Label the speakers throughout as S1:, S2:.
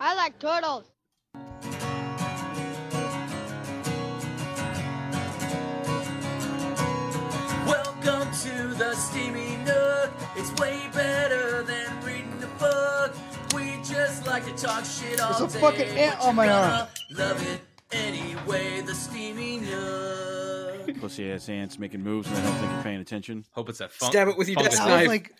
S1: like turtles.
S2: Welcome to the Steamy Nook. It's way better than reading a book. We just like to talk shit all
S3: There's a
S2: day.
S3: fucking
S2: but
S3: ant
S2: you're
S3: on my
S2: gonna Love it anyway. The Steamy Nook.
S4: Pussy ass ants making moves and I don't think you're paying attention.
S5: Hope it's that fun-
S6: Stab it with your
S5: fungus
S6: desk
S3: I
S6: knife.
S3: was like,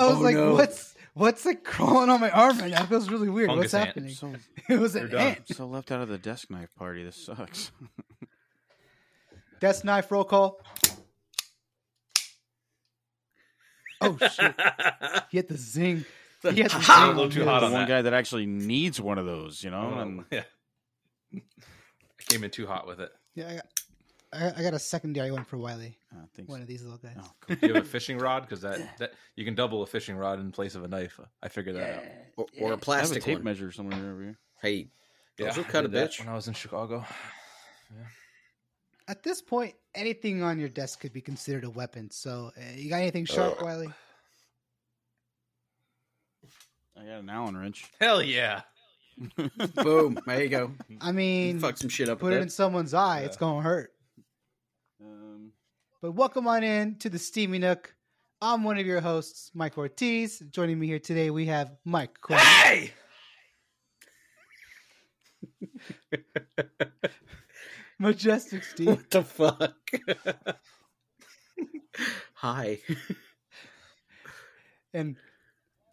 S3: I was
S6: Oh,
S3: like,
S6: no.
S3: what's what's like crawling on my arm right now? That feels really weird. what's
S5: Fungus ant.
S3: happening?
S4: So,
S3: It was an
S5: You're done.
S3: ant.
S4: so left out of the desk knife party. This sucks.
S3: Death knife roll call. Oh shit! He had the zing. He had the zing.
S5: A little
S3: on
S5: too
S3: his.
S5: hot
S4: The
S5: on
S4: one
S5: that.
S4: guy that actually needs one of those, you know?
S5: Oh,
S4: And
S5: yeah. I came in too hot with it.
S3: Yeah, I got, I, I got a secondary one for Wiley.
S4: I think
S3: One of these little guys.
S4: oh, cool.
S5: Do you have a fishing rod? Because that, that you can double a fishing rod in place of a knife. I figured that out.
S6: or, or a
S4: I have a
S6: plastic
S4: tape
S6: one.
S4: measure somewhere over here.
S6: Hey, Those will
S5: I
S6: cut
S5: did
S6: a
S5: that
S6: bitch.
S5: When I was in Chicago,
S3: At this point, anything on your desk could be considered a weapon. So, uh, you got anything sharp, Wiley?
S4: I got an Allen wrench.
S5: hell yeah.
S6: boom. There you go.
S3: I
S6: You
S3: mean,
S6: fuck some shit up.
S3: put
S6: with
S3: it
S6: that.
S3: in someone's eye. It's
S5: Yeah.
S3: gonna hurt.
S4: Um,
S3: But welcome on in to the Steamy Nook. I'm one of your hosts, Mike Ortiz. Joining me here today, we have Mike. Corn.
S5: Hey,
S3: Majestic Steve.
S6: What the fuck? Hi.
S3: and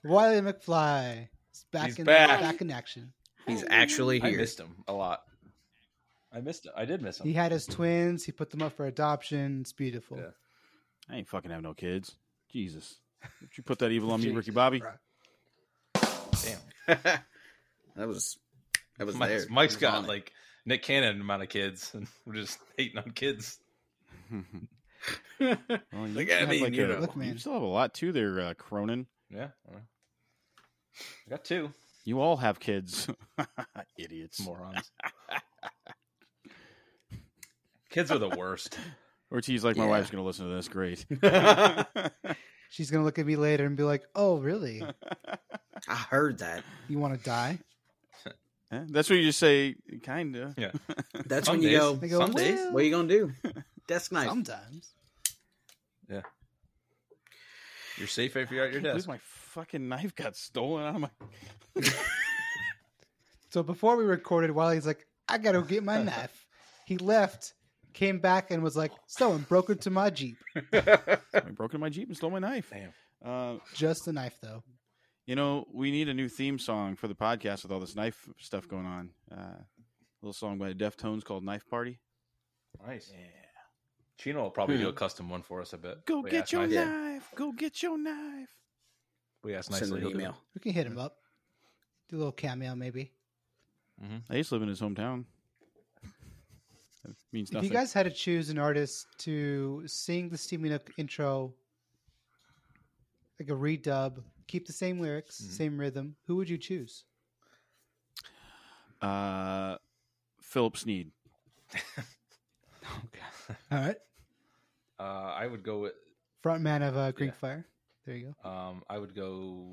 S3: Wiley McFly is back,
S5: He's
S3: in,
S5: back.
S3: back in action.
S6: He's actually
S5: I
S6: here.
S5: missed him a lot. I missed him. I did miss him.
S3: He had his twins. He put them up for adoption. It's beautiful.
S5: Yeah.
S4: I ain't fucking have no kids. Jesus. Did you put that evil on me, Ricky Bobby?
S5: Damn.
S6: that was that was there.
S5: Mike's, Mike's
S6: He was on
S5: got
S6: it.
S5: like Nick Cannon amount of kids, and we're just hating on kids.
S4: Well, you,
S6: Like, I
S4: have
S6: mean,
S4: like
S6: you
S4: a-
S6: know.
S3: Look, man.
S4: you still have a lot too there, uh, Cronin.
S5: Yeah, I, don't know. I got two
S4: You all have kids. Idiots.
S5: morons. kids are the worst.
S4: Ortiz, like, my
S6: Yeah.
S4: wife's going to listen to this. Great.
S3: She's going to look at me later and be like, oh, really?
S6: I heard that.
S3: You want to die?
S4: Eh, That's what you just say, kind of.
S5: Yeah.
S6: That's
S5: Some
S6: when you
S5: days.
S6: go.
S3: They go,
S5: Some days.
S3: "Well,
S6: What are you gonna do? Desk knife.
S3: sometimes.
S5: You're safe if you're at your
S4: I can't believe
S5: desk.
S4: my fucking knife got stolen out of my.
S3: So before we recorded, Wiley's like, I got to get my knife. He left, came back, and was like, someone broke into my Jeep.
S4: I broke into my Jeep and stole my knife.
S5: Damn.
S4: Uh,
S3: Just a knife, though.
S4: you know, we need a new theme song for the podcast with all this knife stuff going on. Uh, a little song by Deftones called Knife Party.
S5: Nice. Chino will probably do a custom one for us. I bet.
S4: Go
S5: We
S4: get
S5: asked
S4: your
S5: nicely.
S6: Yeah.
S4: knife. Go get your knife.
S5: We asked
S6: Send
S5: nicely.
S6: an
S5: he'll do it.
S6: email.
S3: We can hit him up. Do a little cameo, maybe.
S4: I used to live in his hometown. That means
S3: If
S4: nothing.
S3: you guys had to choose an artist to sing the Steamy Nook intro, like a redub, keep the same lyrics, same rhythm, who would you choose?
S4: uh, Philip Sneed.
S3: All right.
S5: Uh, I would go with.
S3: Frontman of uh, Green
S5: Yeah.
S3: Fire. There you go.
S5: Um, I would go.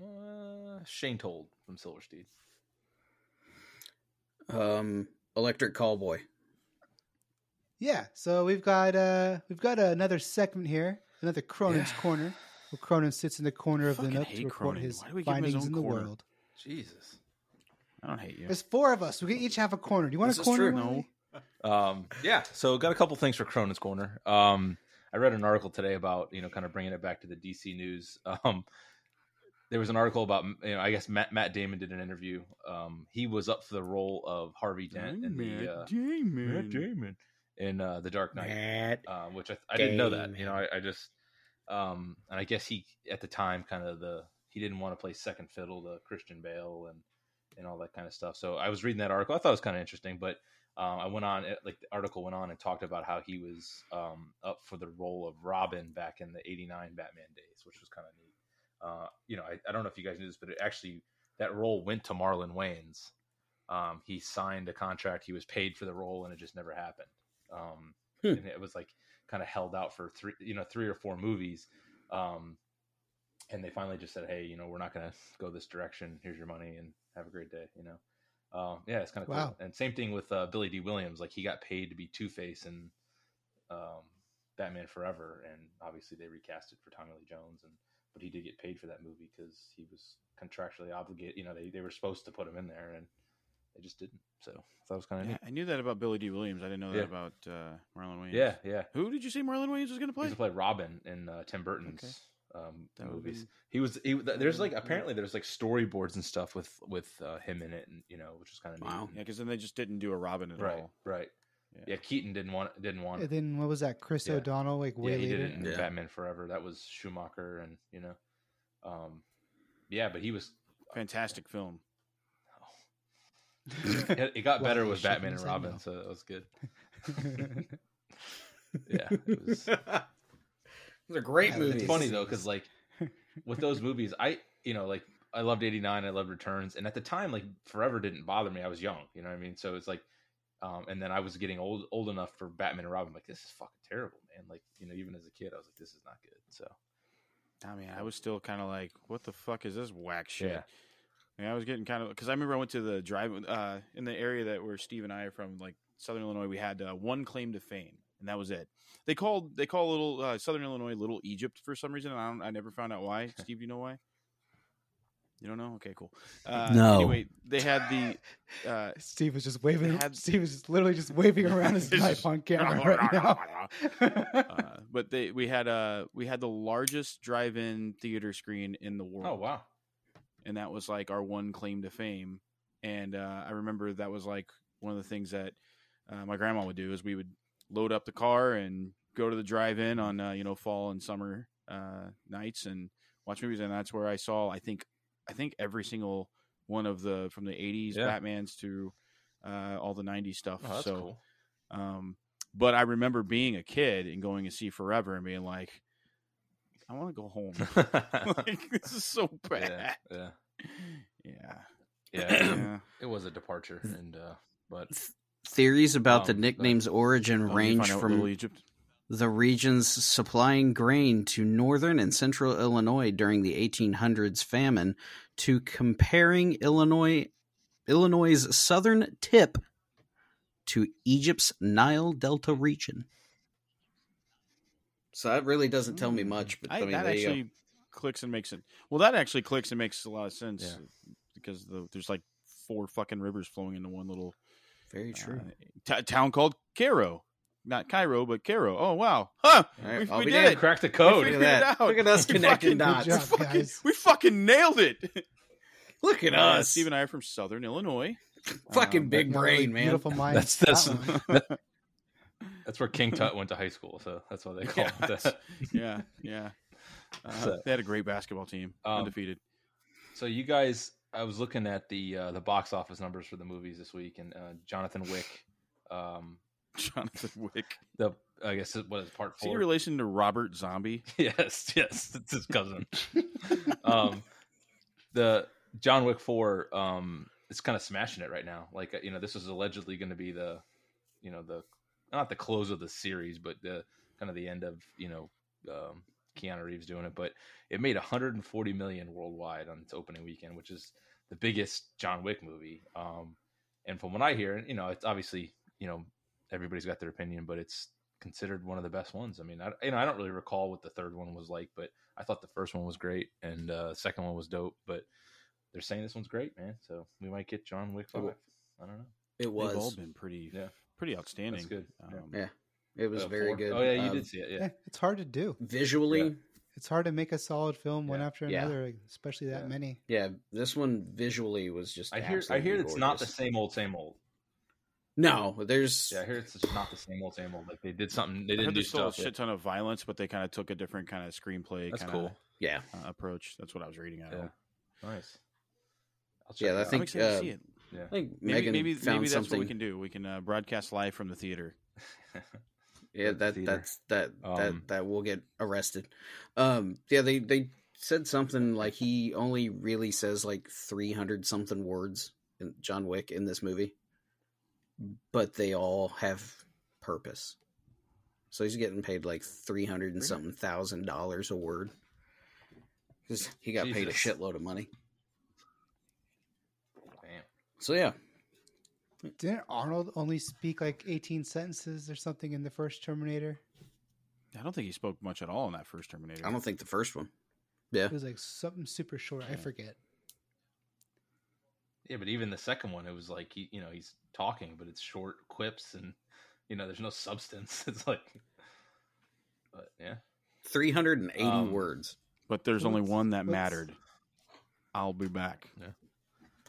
S5: Uh, Shane Told from Silversteed.
S6: Um, electric callboy.
S3: Yeah, so we've got uh we've got another segment here, another Cronin's corner. Where Cronin sits in the corner of the
S4: Fucking
S3: nook to
S4: hate
S3: report
S4: Cronin.
S3: his
S4: Why do we give him his
S3: findings
S4: own
S3: in the
S4: corner?
S3: world.
S5: Jesus.
S4: I don't hate you.
S3: There's four of us. We can each have a corner. Do you want
S6: This
S3: a
S6: is
S3: corner?
S6: true.
S3: Wiley?
S4: No.
S5: Um, yeah. So got a couple things for Cronin's Corner. Um, I read an article today about you know kind of bringing it back to the DC news. Um, there was an article about you know I guess Matt Matt Damon did an interview. Um, he was up for the role of Harvey Dent in the uh,
S4: Damon.
S5: Damon in uh, the Dark Knight.
S6: Matt.
S5: um, which I, I didn't know that.
S6: Damn.
S5: You know, I, I just um, and I guess he at the time kind of the he didn't want to play second fiddle to Christian Bale and and all that kind of stuff. So I was reading that article. I thought it was kind of interesting, but um, I went on it- like the article went on and talked about how he was um, up for the role of Robin back in the '89 Batman days, which was kind of neat. Uh, you know, I, I don't know if you guys knew this, but it actually that role went to Marlon Wayans. Um, he signed a contract. He was paid for the role, and it just never happened. Um,
S6: Hmm.
S5: And it was like kind of held out for three, you know, three or four movies. Um, and they finally just said, "Hey, you know, we're not going to go this direction. Here's your money, and have a great day." You know, uh, yeah, it's kind of cool.
S3: Wow.
S5: And same thing with uh, Billy D. Williams; like he got paid to be Two Face in um, Batman Forever, and obviously they recast it for Tommy Lee Jones, and but he did get paid for that movie because he was contractually obligated. You know, they they were supposed to put him in there, and they just didn't. So that was kind of
S4: Yeah, I knew that about Billy D. Williams. I didn't know that
S5: Yeah.
S4: about uh, Marlon Williams.
S5: yeah, yeah.
S4: Who did you say Marlon Williams was going to
S5: He
S4: play?
S5: used to play Robin in uh, Tim Burton's um,
S4: That would've
S5: movies.
S4: been-
S5: He was he, th- there's
S3: would've
S5: like
S3: been-
S5: apparently there's like storyboards and stuff with with uh, him in it, and you know, which was kind of
S6: Wow.
S4: Yeah, because then they just didn't do a Robin at
S5: right,
S4: all.
S5: right.
S4: Yeah.
S5: Yeah. Keaton didn't want didn't want.
S3: And then what was that? Chris
S5: Yeah.
S3: O'Donnell, like way
S5: yeah, he
S3: later.
S5: did it in
S6: Yeah.
S5: Batman Forever. That was Schumacher, and you know, um, yeah, but he was.
S4: Fantastic film.
S5: It, it got
S3: Well,
S5: better
S3: you
S5: with
S3: shouldn't
S5: Batman and
S3: say
S5: Robin,
S3: no.
S5: so that was good. yeah, it was,
S6: Those are great
S3: Yeah,
S6: movies.
S5: It's funny though, because like with those movies, I you know like I loved '89, I loved Returns, and at the time, like Forever didn't bother me. I was young, you know what I mean. So it's like, um, and then I was getting old old enough for Batman and Robin. Like this is fucking terrible, man. Like you know, even as a kid, I was like, this is not good. So
S4: I mean, I was still kind of like, what the fuck is this whack shit?
S5: Yeah.
S4: I, mean, I was getting kind of because I remember I went to the drive uh, in the area that where Steve and I are from, like Southern Illinois. We had uh, one claim to fame, and that was it. They called they call little uh, Southern Illinois Little Egypt for some reason. And I don't, I never found out why. Steve, do you know why? You don't know? Okay, cool. Uh,
S6: No.
S4: Anyway, they had the. Uh,
S3: Steve was just waving.
S4: Had-
S3: Steve was just literally just waving around his
S4: It's
S3: knife
S4: just-
S3: on camera right now.
S4: uh, but they we had uh we had the largest drive-in theater screen in the world.
S5: oh wow,
S4: and that was like our one claim to fame. And uh, I remember that was like one of the things that uh, my grandma would do is we would load up the car and go to the drive-in on uh, you know fall and summer uh, nights and watch movies, and that's where I saw I think I think every single one of the from the '80s
S5: Yeah.
S4: Batman's to uh, all the '90s stuff.
S5: oh, that's
S4: so.
S5: cool.
S4: Um, but I remember being a kid and going to see Forever and being like, I want to go home. like, this is so
S5: yeah,
S4: bad.
S5: yeah,
S4: Yeah.
S5: yeah.
S4: Yeah.
S5: It was a departure, and uh, but
S6: Theories about
S5: Um,
S6: the nickname's origin
S4: Well, you
S6: range
S4: find out
S6: from
S4: Little Egypt.
S6: the regions supplying grain to northern and central Illinois during the 1800s famine to comparing Illinois Illinois' southern tip to Egypt's Nile Delta region. So that really doesn't tell me much, but I,
S4: I,
S6: mean,
S4: that
S6: there you go.
S4: actually clicks and makes it. Well, that actually clicks and makes a lot of sense
S5: Yeah.
S4: because the, there's like four fucking rivers flowing into one little
S6: very true.
S4: uh, t- town called Cairo. Not Cairo, but Cairo. Oh, wow. Huh.
S6: All right,
S4: we-
S6: I'll
S4: we
S6: be
S4: did
S6: damned. Oh,
S4: it.
S5: crack the
S4: We
S5: code.
S6: Look at
S4: figured
S6: that.
S4: it out.
S6: Look at us
S4: We fucking-
S6: connecting dots.
S3: Good job,
S4: Fucking,
S3: guys.
S4: we fucking nailed it.
S6: Look at
S4: Uh,
S6: us,
S4: Steve and I are from Southern Illinois.
S6: fucking
S4: Um,
S6: big
S3: Not really
S6: brain, man.
S3: Beautiful mind.
S5: That's- that's-
S3: That one.
S5: That's where King Tut went to high school, so that's why they call
S4: yeah,
S5: it that.
S4: yeah, yeah. Uh,
S5: So-
S4: they had a great basketball team,
S5: Um,
S4: undefeated.
S5: So you guys, I was looking at the uh, the box office numbers for the movies this week, and uh, Jonathan Wick, um,
S4: Jonathan Wick.
S5: the I guess it- what is it, part
S4: Is he in
S5: four?
S4: relation to Robert Zombie?
S5: yes, yes, it's his cousin. um, the John Wick four, um, it's kind of smashing it right now. Like you know, this is allegedly going to be the, you know, the not the close of the series, but the kind of the end of you know um, Keanu Reeves doing it. But it made 140 million worldwide on its opening weekend, which is the biggest John Wick movie. Um, and from what I hear, and you know, it's obviously you know everybody's got their opinion, but it's considered one of the best ones. I mean, I you know I don't really recall what the third one was like, but I thought the first one was great and uh, second one was dope. But they're saying this one's great, man. So we might get John Wick
S6: Cool.
S5: five. I don't know.
S6: It
S4: They've all
S6: was.
S4: been pretty,
S5: Yeah.
S4: pretty outstanding.
S5: That's good. Yeah.
S4: Um,
S6: Yeah. It was
S5: Uh,
S6: very
S5: four.
S6: good.
S5: Oh yeah, you
S6: Um,
S5: did see it. Yeah.
S3: Yeah, it's hard to do.
S6: Visually,
S5: Yeah.
S3: It's hard to make a solid film one
S5: Yeah.
S3: after
S6: Yeah.
S3: another, especially that
S5: Yeah.
S3: many.
S6: Yeah, this one visually was just.
S5: I hear. I
S6: absolutely
S5: hear it's not the
S6: gorgeous.
S5: same old, same old.
S6: No, there's.
S5: Yeah, I hear it's just not the same old, same old. Like they did something. They
S4: I
S5: didn't
S4: heard
S5: do
S4: there's still a
S5: stuff.
S4: shit ton of violence, but they kind of took a different kind of screenplay
S5: That's
S4: kind
S5: cool.
S6: Yeah,
S4: of uh, approach. That's what I was reading. I,
S5: Yeah.
S4: yeah.
S5: Nice. I'll
S6: Yeah, I
S5: it out.
S4: I'm
S6: think,
S4: excited to
S6: uh,
S4: see it.
S5: Yeah.
S6: I think
S4: Maybe,
S6: Megan
S4: maybe,
S6: found
S4: maybe that's
S6: something.
S4: what we can do. We can uh, broadcast live from the theater.
S6: yeah,
S5: at the
S6: that
S5: theater.
S6: that's that
S5: Um,
S6: that that will get arrested. Um, yeah, they they said something like he only really says like three hundred something words in John Wick in this movie, but they all have purpose. So he's getting paid like three hundred and something thousand dollars a word 'Cause he got paid a
S5: Jesus.
S6: shitload of money.
S5: Damn.
S6: So yeah,
S3: Didn't Arnold only speak like 18 sentences or something in the first Terminator?
S4: I don't think he spoke much at all in that first Terminator.
S6: I don't think the first one.
S3: It was like something super short. I
S4: Yeah.
S3: forget.
S5: Yeah, but even the second one, it was like he, you know, he's talking, but it's short quips, and you know, there's no substance. It's like, but yeah,
S6: Three hundred and eighty
S5: Um,
S6: words.
S4: But there's only
S3: Let's-
S4: one that
S3: let's-
S4: mattered. I'll be back.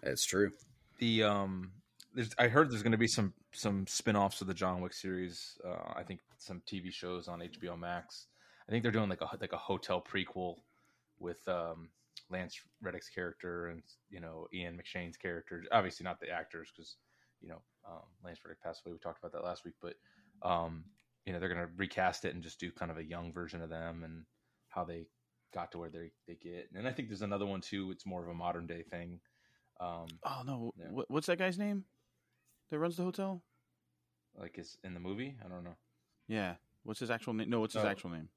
S6: That's true.
S5: the um, there's I heard there's going to be some some spin-offs of the John Wick series. Uh, I think some TV shows on HBO Max. I think they're doing like a like a hotel prequel with um Lance Reddick's character and you know Ian McShane's character. Obviously, not the actors because you know um, Lance Reddick passed away. We talked about that last week, but um, you know they're going to recast it and just do kind of a young version of them and how they got to where they they get. And I think there's another one too. It's more of a modern day thing. Um,
S4: Oh no!
S5: Yeah.
S4: What, what's that guy's name? That runs the hotel?
S5: like is in the movie. I don't know.
S4: Yeah. What's his actual name? No, what's
S6: Oh.
S4: his
S5: No.
S4: actual name?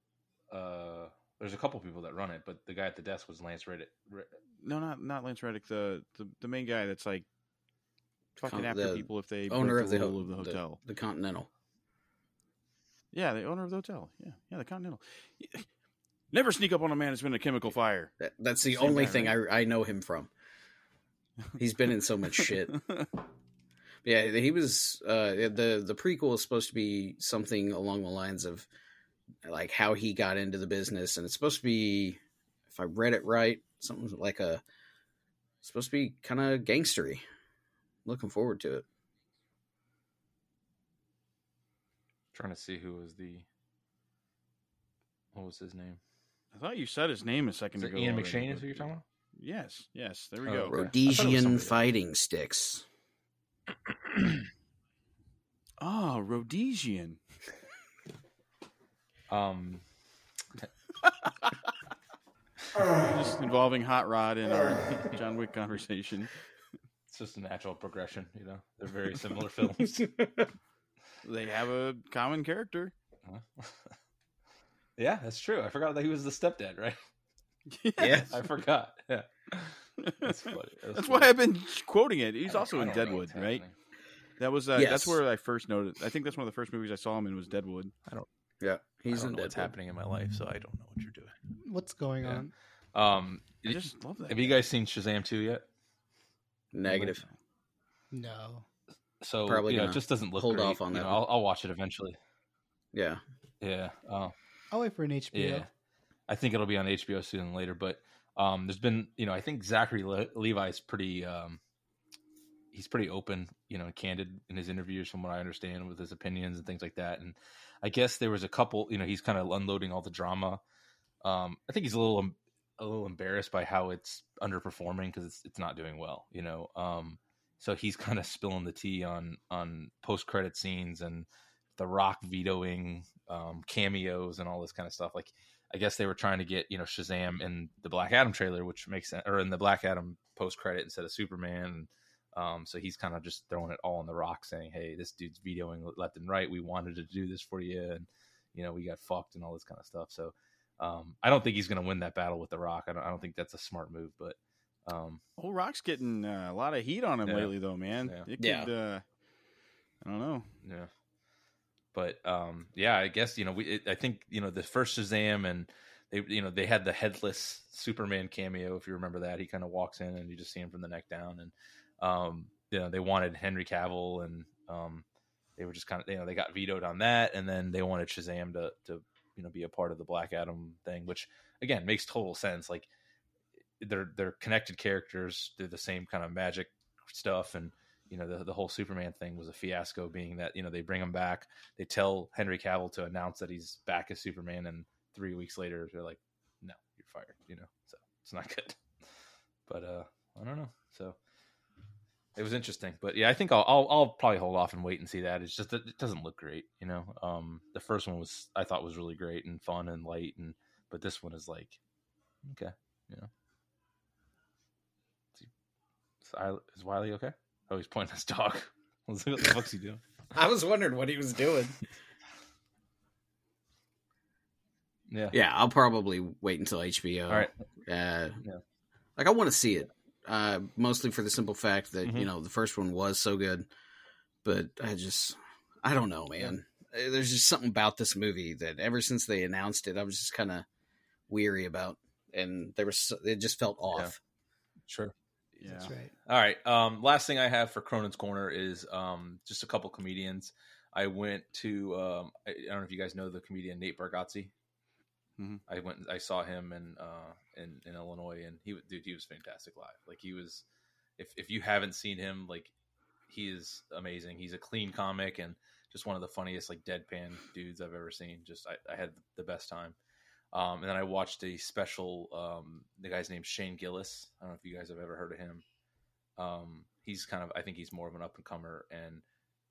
S5: Uh, there's a couple people that run it, but the guy at the desk was Lance Reddick. Re-
S4: No, not not Lance Reddick. The the, the main guy that's like fucking
S6: Con-
S4: after
S6: the
S4: people if they
S6: Owner
S4: break
S6: of the,
S4: rule of the
S6: the-
S4: hotel.
S6: the Continental.
S4: Yeah, the owner of the hotel. Yeah, yeah, the Continental. Never sneak up on a man that's been in a chemical fire.
S6: That, that's the
S4: Same
S6: only
S4: guy,
S6: thing I, I know him from. He's been in so much shit. Yeah, he was uh, the the prequel is supposed to be something along the lines of like how he got into the business, and it's supposed to be, if I read it right, something like a supposed to be kind of gangstery. Looking forward to it.
S5: trying to see who was the what was his name?
S4: I thought you said his name a second
S5: Is it
S4: ago.
S5: Ian
S4: already,
S5: McShane is
S4: but-
S5: who you're talking about?
S4: Yes, yes. There we
S6: Uh,
S5: Oh,
S4: go.
S5: okay.
S6: Rhodesian
S5: somebody else.
S6: fighting sticks.
S4: Ah, Rhodesian.
S5: Um,
S4: Just involving Hot Rod in our John Wick conversation.
S5: it's just a natural progression, you know. They're very similar films.
S4: They have a common character.
S5: Huh? yeah, that's true. I forgot that he was the stepdad, right?
S6: Yeah.
S5: I forgot. Yeah, that's funny.
S4: That's
S5: funny.
S4: why I've been quoting it. He's
S5: I
S4: also
S5: don't-
S4: in
S5: I don't know
S4: Deadwood,
S5: what's
S4: right?
S5: happening.
S4: That was uh,
S6: Yes.
S4: that's where I first noted. I think that's one of the first movies I saw him in was Deadwood.
S6: Yeah, he's
S5: I
S6: in
S5: don't know what's
S6: Deadpool.
S5: happening in my life, so I don't know what you're doing.
S3: What's going
S5: Yeah.
S3: on?
S5: Um,
S4: I just love that.
S5: have you
S4: guy.
S5: guys seen Shazam two yet?
S6: Negative.
S3: No.
S5: So
S6: Probably
S5: you know, it
S6: gonna
S5: just doesn't look.
S6: hold
S5: great.
S6: off on
S5: You
S6: that
S5: know,
S6: one.
S5: I'll, I'll watch it eventually.
S6: Yeah,
S5: Yeah. Oh,
S3: I'll wait for an HBO.
S5: yeah. I think it'll be on HBO sooner than later. But um, there's been, you know, I think Zachary Le- Levi's pretty. Um, he's pretty open, you know, and candid in his interviews, from what I understand, with his opinions and things like that. And I guess there was a couple. You know, he's kind of unloading all the drama. Um, I think he's a little em- a little embarrassed by how it's underperforming because it's it's not doing well. You know. Um, so he's kind of spilling the tea on on post credit scenes and the Rock vetoing um, cameos and all this kind of stuff. Like, I guess they were trying to get you know Shazam in the Black Adam trailer, which makes sense, or in the Black Adam post credit instead of Superman. Um, so he's kind of just throwing it all on the Rock, saying, "Hey, this dude's vetoing left and right. We wanted to do this for you, and you know we got fucked and all this kind of stuff." So um, I don't think he's going to win that battle with the Rock. I don't, I don't think that's a smart move, but. Um,
S4: Old Rock's getting uh, a lot of heat on him
S5: Yeah.
S4: lately, though, man.
S5: Yeah.
S4: It could,
S6: Yeah.
S4: uh, I don't know.
S5: Yeah. But um, yeah, I guess you know we. It, I think you know the first Shazam and they you know they had the headless Superman cameo if you remember that. He kind of walks in and you just see him from the neck down, and um, you know they wanted Henry Cavill and um, they were just kind of you know they got vetoed on that, and then they wanted Shazam to to you know be a part of the Black Adam thing, which again makes total sense. Like they're they're connected characters, they're the same kind of magic stuff, and you know the, the whole superman thing was a fiasco being that you know they bring him back they tell henry cavill to announce that he's back as superman and three weeks later they're like no you're fired you know so it's not good but uh i don't know so it was interesting but yeah i think i'll i'll, I'll probably hold off and wait and see that it's just that it doesn't look great you know um the first one was i thought was really great and fun and light and but this one is like okay you know is, I, is wiley okay Oh, he's pointing at his dog. Let's see what the fuck's he doing.
S6: I was wondering what he was doing.
S5: Yeah.
S6: Yeah, I'll probably wait until HBO.
S5: All right.
S6: Uh,
S5: Yeah.
S6: Like I want to see it, uh, mostly for the simple fact that
S5: Mhm.
S6: you know the first one was so good, but I just I don't know, man. Uh, There's just something about this movie that ever since they announced it, I was just kind of weary about, and there was so- it just felt off.
S5: Sure.
S4: Yeah.
S3: That's right.
S5: All right. Um, last thing I have for Cronin's Corner is um, just a couple comedians. I went to um, I, I don't know if you guys know the comedian Nate Bargatze.
S4: Mhm.
S5: I went. I saw him in uh, in in Illinois, and he was dude. He was fantastic live. Like he was. If if you haven't seen him, like he is amazing. He's a clean comic and just one of the funniest like deadpan dudes I've ever seen. Just I, I had the best time. Um, and then I watched a special. Um, the guy's named Shane Gillis. I don't know if you guys have ever heard of him. Um, he's kind of I think he's more of an up and comer and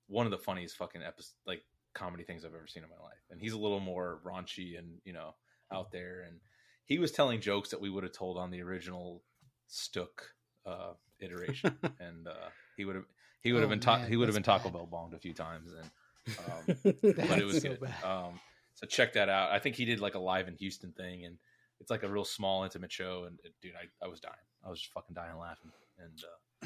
S5: one of the funniest fucking episodes like comedy things I've ever seen in my life. And he's a little more raunchy and you know out there. And he was telling jokes that we would have told on the original Stook uh, iteration, and uh, he would have he would have
S3: Oh,
S5: been ta-
S3: man,
S5: he would have been
S3: that's
S5: Taco
S3: bad.
S5: Bell bombed a few times and. Um, but
S3: That's
S5: it was
S3: so
S5: good.
S3: bad.
S5: Um, so check that out. I think he did like a live in Houston thing, and it's like a real small, intimate show. And uh, dude, I, I was dying. I was just fucking dying laughing. And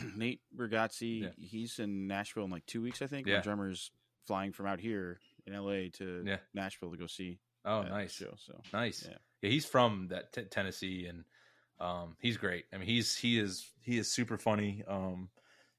S5: uh,
S4: Nate Bergazzi,
S5: Yeah.
S4: he's in Nashville in like two weeks, I think.
S5: Yeah.
S4: My drummer's flying from out here in LA to
S5: Yeah.
S4: Nashville to go see.
S5: oh,
S4: that
S5: nice,
S4: show. So
S5: nice. Yeah.
S4: Yeah.
S5: he's from that t- Tennessee, and um, he's great. I mean, he's he is he is super funny. Um,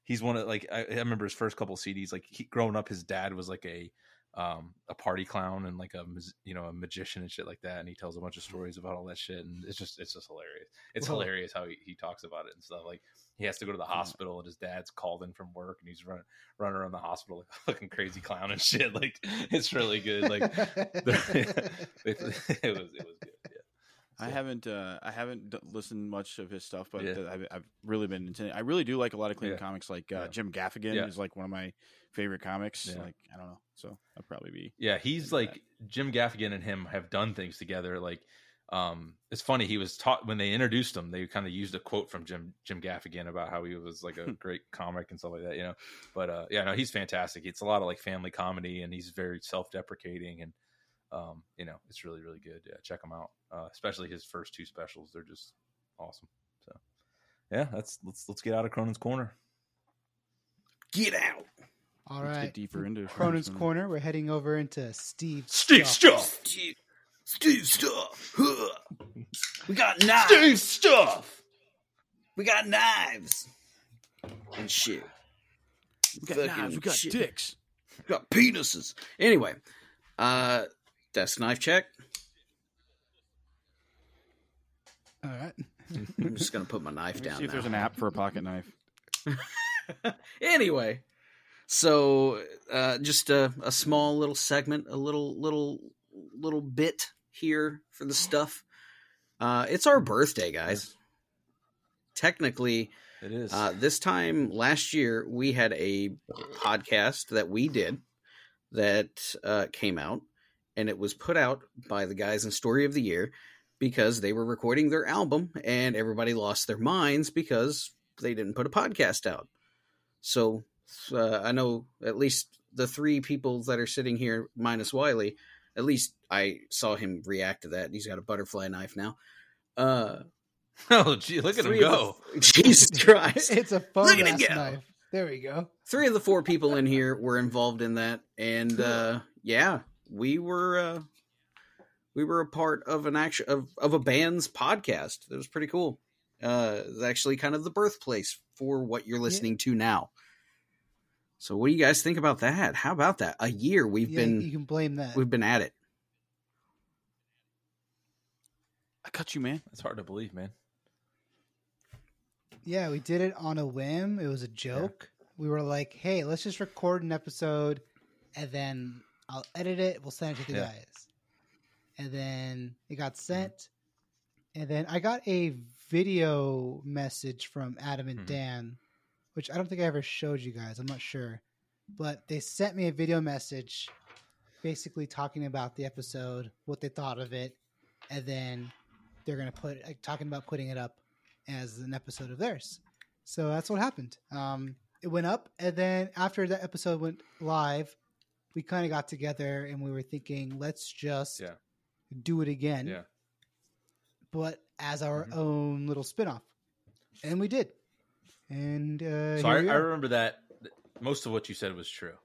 S5: he's one of like I, I remember his first couple CDs. Like he, growing up, his dad was like a um, a party clown and like a mus- you know a magician and shit like that. And he tells a bunch of stories about all that shit, and it's just it's just hilarious. It's
S3: Whoa.
S5: hilarious how he, he talks about it and stuff. Like he has to go to the hospital, and his dad's called in from work, and he's running running around the hospital like a fucking crazy clown and shit. Like it's really good. Like the- it, was it was good. Yeah.
S4: I
S5: So-
S4: haven't uh, I haven't d- listened much of his stuff, but
S5: Yeah.
S4: th- I've, I've really been intending. I really do like a lot of clean
S5: Yeah.
S4: comics. Like uh,
S5: Yeah.
S4: Jim Gaffigan
S5: Yeah.
S4: is like one of my favorite comics.
S5: Yeah.
S4: Like I don't know, so I'll probably be.
S5: Yeah, he's
S4: into
S5: like Jim Gaffigan and him have done things together. Like, um, it's funny. He was taught when they introduced him, they kind of used a quote from Jim Jim Gaffigan about how he was like a great comic and stuff like that, you know. But uh, yeah, no, he's fantastic. It's a lot of like family comedy, and he's very self deprecating, and um, you know, it's really really good. Yeah, check him out, uh, especially his first two specials. They're just awesome. So yeah, that's let's let's get out of Cronin's corner.
S6: Get out,
S3: All
S4: Let's
S3: right.
S4: get deeper into
S3: Cronin's
S4: Cronin's
S3: Corner. We're heading over into Steve. Stuff.
S6: Steve. Steve stuff. Huh. We got knives.
S5: stuff.
S6: We got knives and shit.
S4: We got knives.
S6: Fucking
S4: We got
S6: shit.
S4: dicks.
S6: We got penises. Anyway, uh, that's knife check.
S3: All right.
S6: I'm just gonna put my knife
S4: Let me
S6: down.
S4: see if
S6: now.
S4: there's an app for a pocket knife.
S6: anyway so uh, just a, a small little segment a little little little bit here for the stuff uh, it's our birthday guys technically
S5: It is.
S6: uh, this time last year we had a podcast that we did that uh, came out and it was put out by the guys in story of the year because they were recording their album and everybody lost their minds because they didn't put a podcast out so uh, I know at least the three people that are sitting here, minus Wiley, at least I saw him react to that. He's got a butterfly knife now. Uh,
S5: oh, gee, look at him
S6: three of
S5: go.
S6: the- Jesus Christ!
S3: It's a phone
S6: at him
S3: glass
S6: go.
S3: knife. There we go.
S6: three of the four people in here were involved in that, and uh, yeah, we were uh, we were a part of an action of of a band's podcast. It was pretty cool. Uh, it's actually kind of the birthplace for what you're listening to now. So, what do you guys think about that? How about that? A year we've
S3: Yeah, you
S6: been
S3: can blame that.
S6: we've been at it.
S4: I cut you, man.
S5: That's hard to believe, man.
S3: Yeah, we did it on a whim. It was a joke. We were like, "Hey, let's just record an episode, and then I'll edit it. We'll send it to the
S5: Yeah.
S3: guys." And then it got sent. And then I got a video message from Adam and
S5: Mhm.
S3: Dan, which I don't think I ever showed you guys. I'm not sure, but they sent me a video message, basically talking about the episode, what they thought of it, and then they're gonna put like, talking about putting it up as an episode of theirs. So that's what happened. Um, it went up, and then after that episode went live, we kind of got together and we were thinking, let's just
S5: Yeah.
S3: do it again,
S5: Yeah.
S3: but as our
S5: Mhm.
S3: own little spin-off. And we did. And uh,
S5: so
S3: here
S5: I,
S3: we
S5: I
S3: are.
S5: remember that th- most of what you said was true.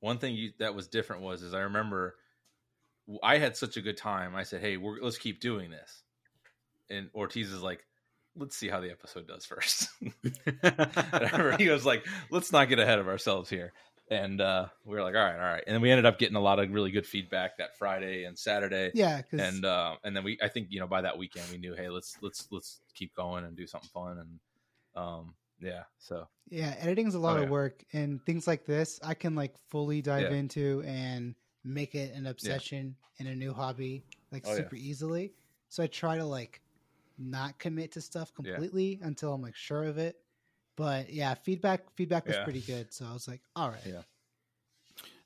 S5: One thing you, that was different was is I remember w- I had such a good time. I said, "Hey, we're, let's keep doing this," and Ortiz is like, "Let's see how the episode does first. And I remember he was like, "Let's not get ahead of ourselves here." And uh, we were like, "All right, all right." And then we ended up getting a lot of really good feedback that Friday and Saturday.
S3: yeah, because
S5: and uh, and then we I think you know by that weekend we knew hey let's let's let's keep going and do something fun and um yeah so
S3: yeah, editing's a lot
S5: Oh,
S3: of
S5: yeah.
S3: work, and things like this I can like fully dive
S5: Yeah.
S3: into and make it an obsession and a new hobby like
S5: Oh, yeah.
S3: super easily. So I try to like not commit to stuff completely until I'm like sure of it. But yeah, feedback feedback was
S5: Yeah.
S3: pretty good, so I was like, all right,
S5: Yeah.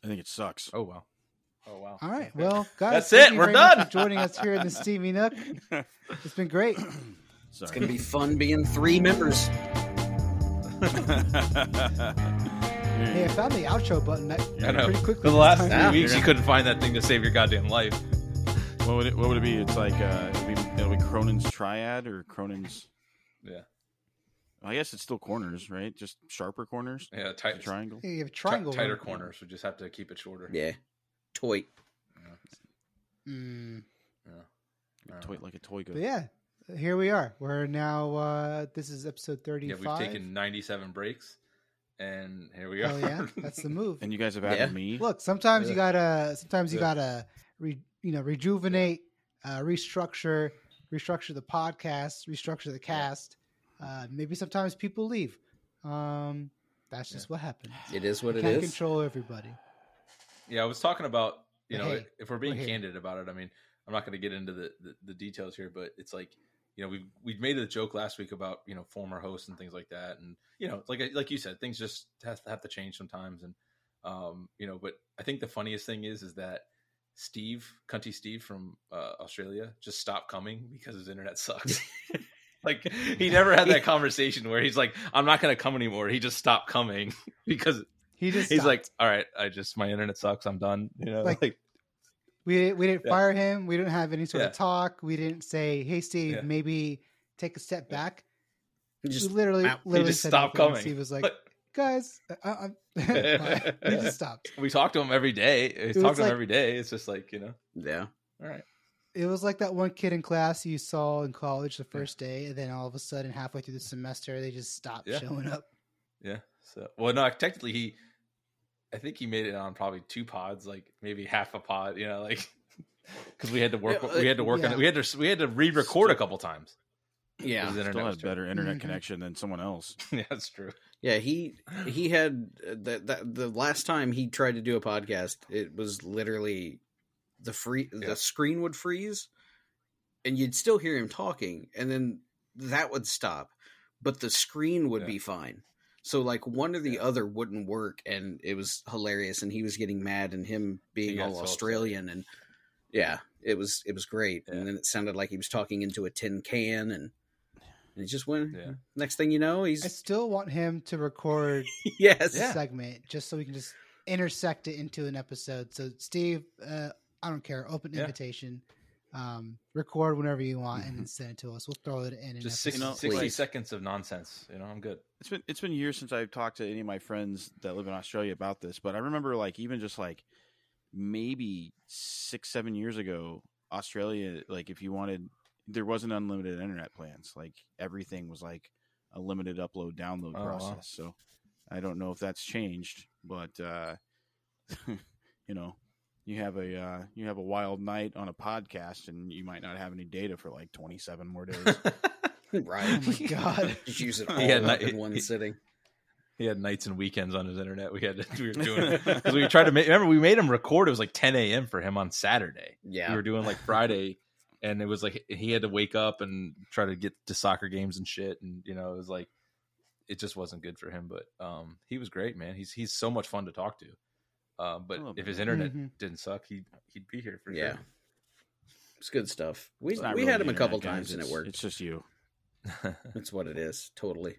S4: I think it sucks.
S5: oh wow oh wow
S3: all right, well, guys,
S5: That's
S3: thank
S5: it,
S3: you
S5: we're
S3: very much
S5: done.
S3: for joining us here in the steamy nook. It's been great.
S4: Sorry.
S6: It's gonna be fun being three members.
S3: Hey, I found the outro button that
S5: I know.
S3: pretty quickly.
S5: For the
S3: this
S5: last
S3: time.
S5: three
S6: Yeah.
S5: weeks, you couldn't find that thing to save your goddamn life.
S4: What would it? What would it be? It's like uh, it'll be it'll be Cronin's triad or Cronin's.
S5: Yeah.
S4: I guess it's still corners, right? Just sharper corners. It's
S5: Yeah,
S4: a
S5: tight, ti-
S4: triangle.
S3: You have a triangle
S5: tighter
S3: one.
S5: corners. We just have to keep it shorter.
S6: Yeah. Toy.
S3: Mm.
S5: Yeah.
S4: Toy, like a toy gun.
S3: But yeah, here we are. We're now. uh This is episode
S5: yeah,
S3: thirty-five.
S5: we've taken 97 breaks, and here we are.
S3: Oh yeah, that's the move.
S4: And you guys have added
S6: Yeah.
S4: me.
S3: Look, sometimes you gotta. Sometimes you
S5: Yeah.
S3: gotta. Re, you know, rejuvenate, uh, restructure, restructure the podcast, restructure the cast. Uh, maybe sometimes people leave. Um, that's just what happens.
S6: It is what
S3: You
S6: it
S3: can't
S6: is.
S3: control everybody.
S5: Yeah, I was talking about you
S3: But
S5: know
S3: hey,
S5: if we're being
S3: here.
S5: candid about it. I mean, I'm not going to get into the, the the details here, but it's like you know we we made the joke last week about you know former hosts and things like that, and you know like like you said, things just have, have to change sometimes, and um you know, but I think the funniest thing is is that. Steve, Cunty Steve from uh, Australia, just stopped coming because his internet sucks. like he never had that conversation where he's like, "I'm not going to come anymore." He just stopped coming because
S3: He just.
S5: he's
S3: stopped.
S5: like, all right, I just my internet sucks. I'm done. You know,
S3: Like-
S5: like,
S3: We we didn't
S5: Yeah.
S3: fire him. We didn't have any sort of
S5: Yeah.
S3: talk. We didn't say, "Hey, Steve,
S5: Yeah.
S3: maybe take a step back."
S6: Just
S3: we literally,
S6: wow. He
S3: literally
S5: just
S3: said
S5: stopped
S3: nothing.
S5: coming.
S3: Steve was like, "Guys, uh, I, I'm." Bye. he just stopped.
S5: we talk to him every day. We
S3: It
S5: talk
S3: was
S5: to him
S3: like-
S5: every day. It's just like you know,
S6: yeah.
S5: all right,
S3: It was like that one kid in class you saw in college the first day, and then all of a sudden, halfway through the semester, they just stopped
S5: Yeah.
S3: showing up.
S5: yeah. So well, no, technically he, I think he made it on probably two pods, like maybe half a pod. You know, like because we had to work,
S6: Yeah,
S5: we had to work on
S3: yeah.
S5: it. We had to we had to re-record a couple times. 'cause
S6: Yeah.
S5: his internet
S4: Still
S5: was
S4: has better internet
S3: Mhm.
S4: connection than someone else.
S5: terrible. yeah, that's true.
S6: Yeah, he he had uh, that that the last time he tried to do a podcast, it was literally the free
S5: Yeah.
S6: the screen would freeze and you'd still hear him talking and then that would stop, but the screen would
S5: Yeah.
S6: be fine. So like one or the
S5: Yeah.
S6: other wouldn't work and it was hilarious and he was getting mad and him being
S5: got
S6: all
S5: so upset.
S6: Australian and yeah, it was it was great.
S5: Yeah.
S6: And then it sounded like he was talking into a tin can and and it just went
S5: Yeah.
S6: next thing you know
S3: I
S6: he's
S3: still want him to record
S6: yes
S3: this segment just so we can just intersect it into an episode. So, Steve, uh, I don't care. Open
S5: Yeah.
S3: invitation. Um, record whenever you want and then send it to us. We'll throw it in. An
S5: Mm-hmm. Just
S3: episode.
S5: six,
S4: You know,
S5: 60
S6: like-
S5: seconds of nonsense. You know, I'm good.
S4: It's been it's been years since I've talked to any of my friends that live in Australia about this, but I remember like even just like maybe six seven years ago, Australia like if you wanted there wasn't unlimited internet plans. Like everything was like a limited upload download
S5: Oh, wow.
S4: process. So I don't know if that's changed, but uh, you know. You have a uh, you have a wild night on a podcast, and you might not have any data for like twenty seven more days.
S6: Right.
S3: Oh my god.
S6: Just use it
S5: He
S6: all
S5: had
S6: up
S5: ni-
S6: in one
S5: he-
S6: sitting.
S5: He had nights and weekends on his internet. We had to, we were doing it because we tried to make. Remember, we made him record. It was like 10 a.m. for him on Saturday. we
S6: Yeah.
S5: were doing like Friday, and it was like he had to wake up and try to get to soccer games and shit, and you know it was like it just wasn't good for him. But um, he was great, man. He's he's so much fun to talk to. Uh, but
S4: Oh,
S5: if his
S4: man.
S5: internet
S3: Mhm.
S5: didn't suck, he he'd be here for
S6: Yeah. It's good stuff. We,
S4: It's not
S6: we
S4: really
S6: had him a
S4: internet,
S6: couple
S4: guys.
S6: times and it
S4: It's-
S6: worked.
S4: It's just you.
S5: sure.
S6: That's what it is. Totally.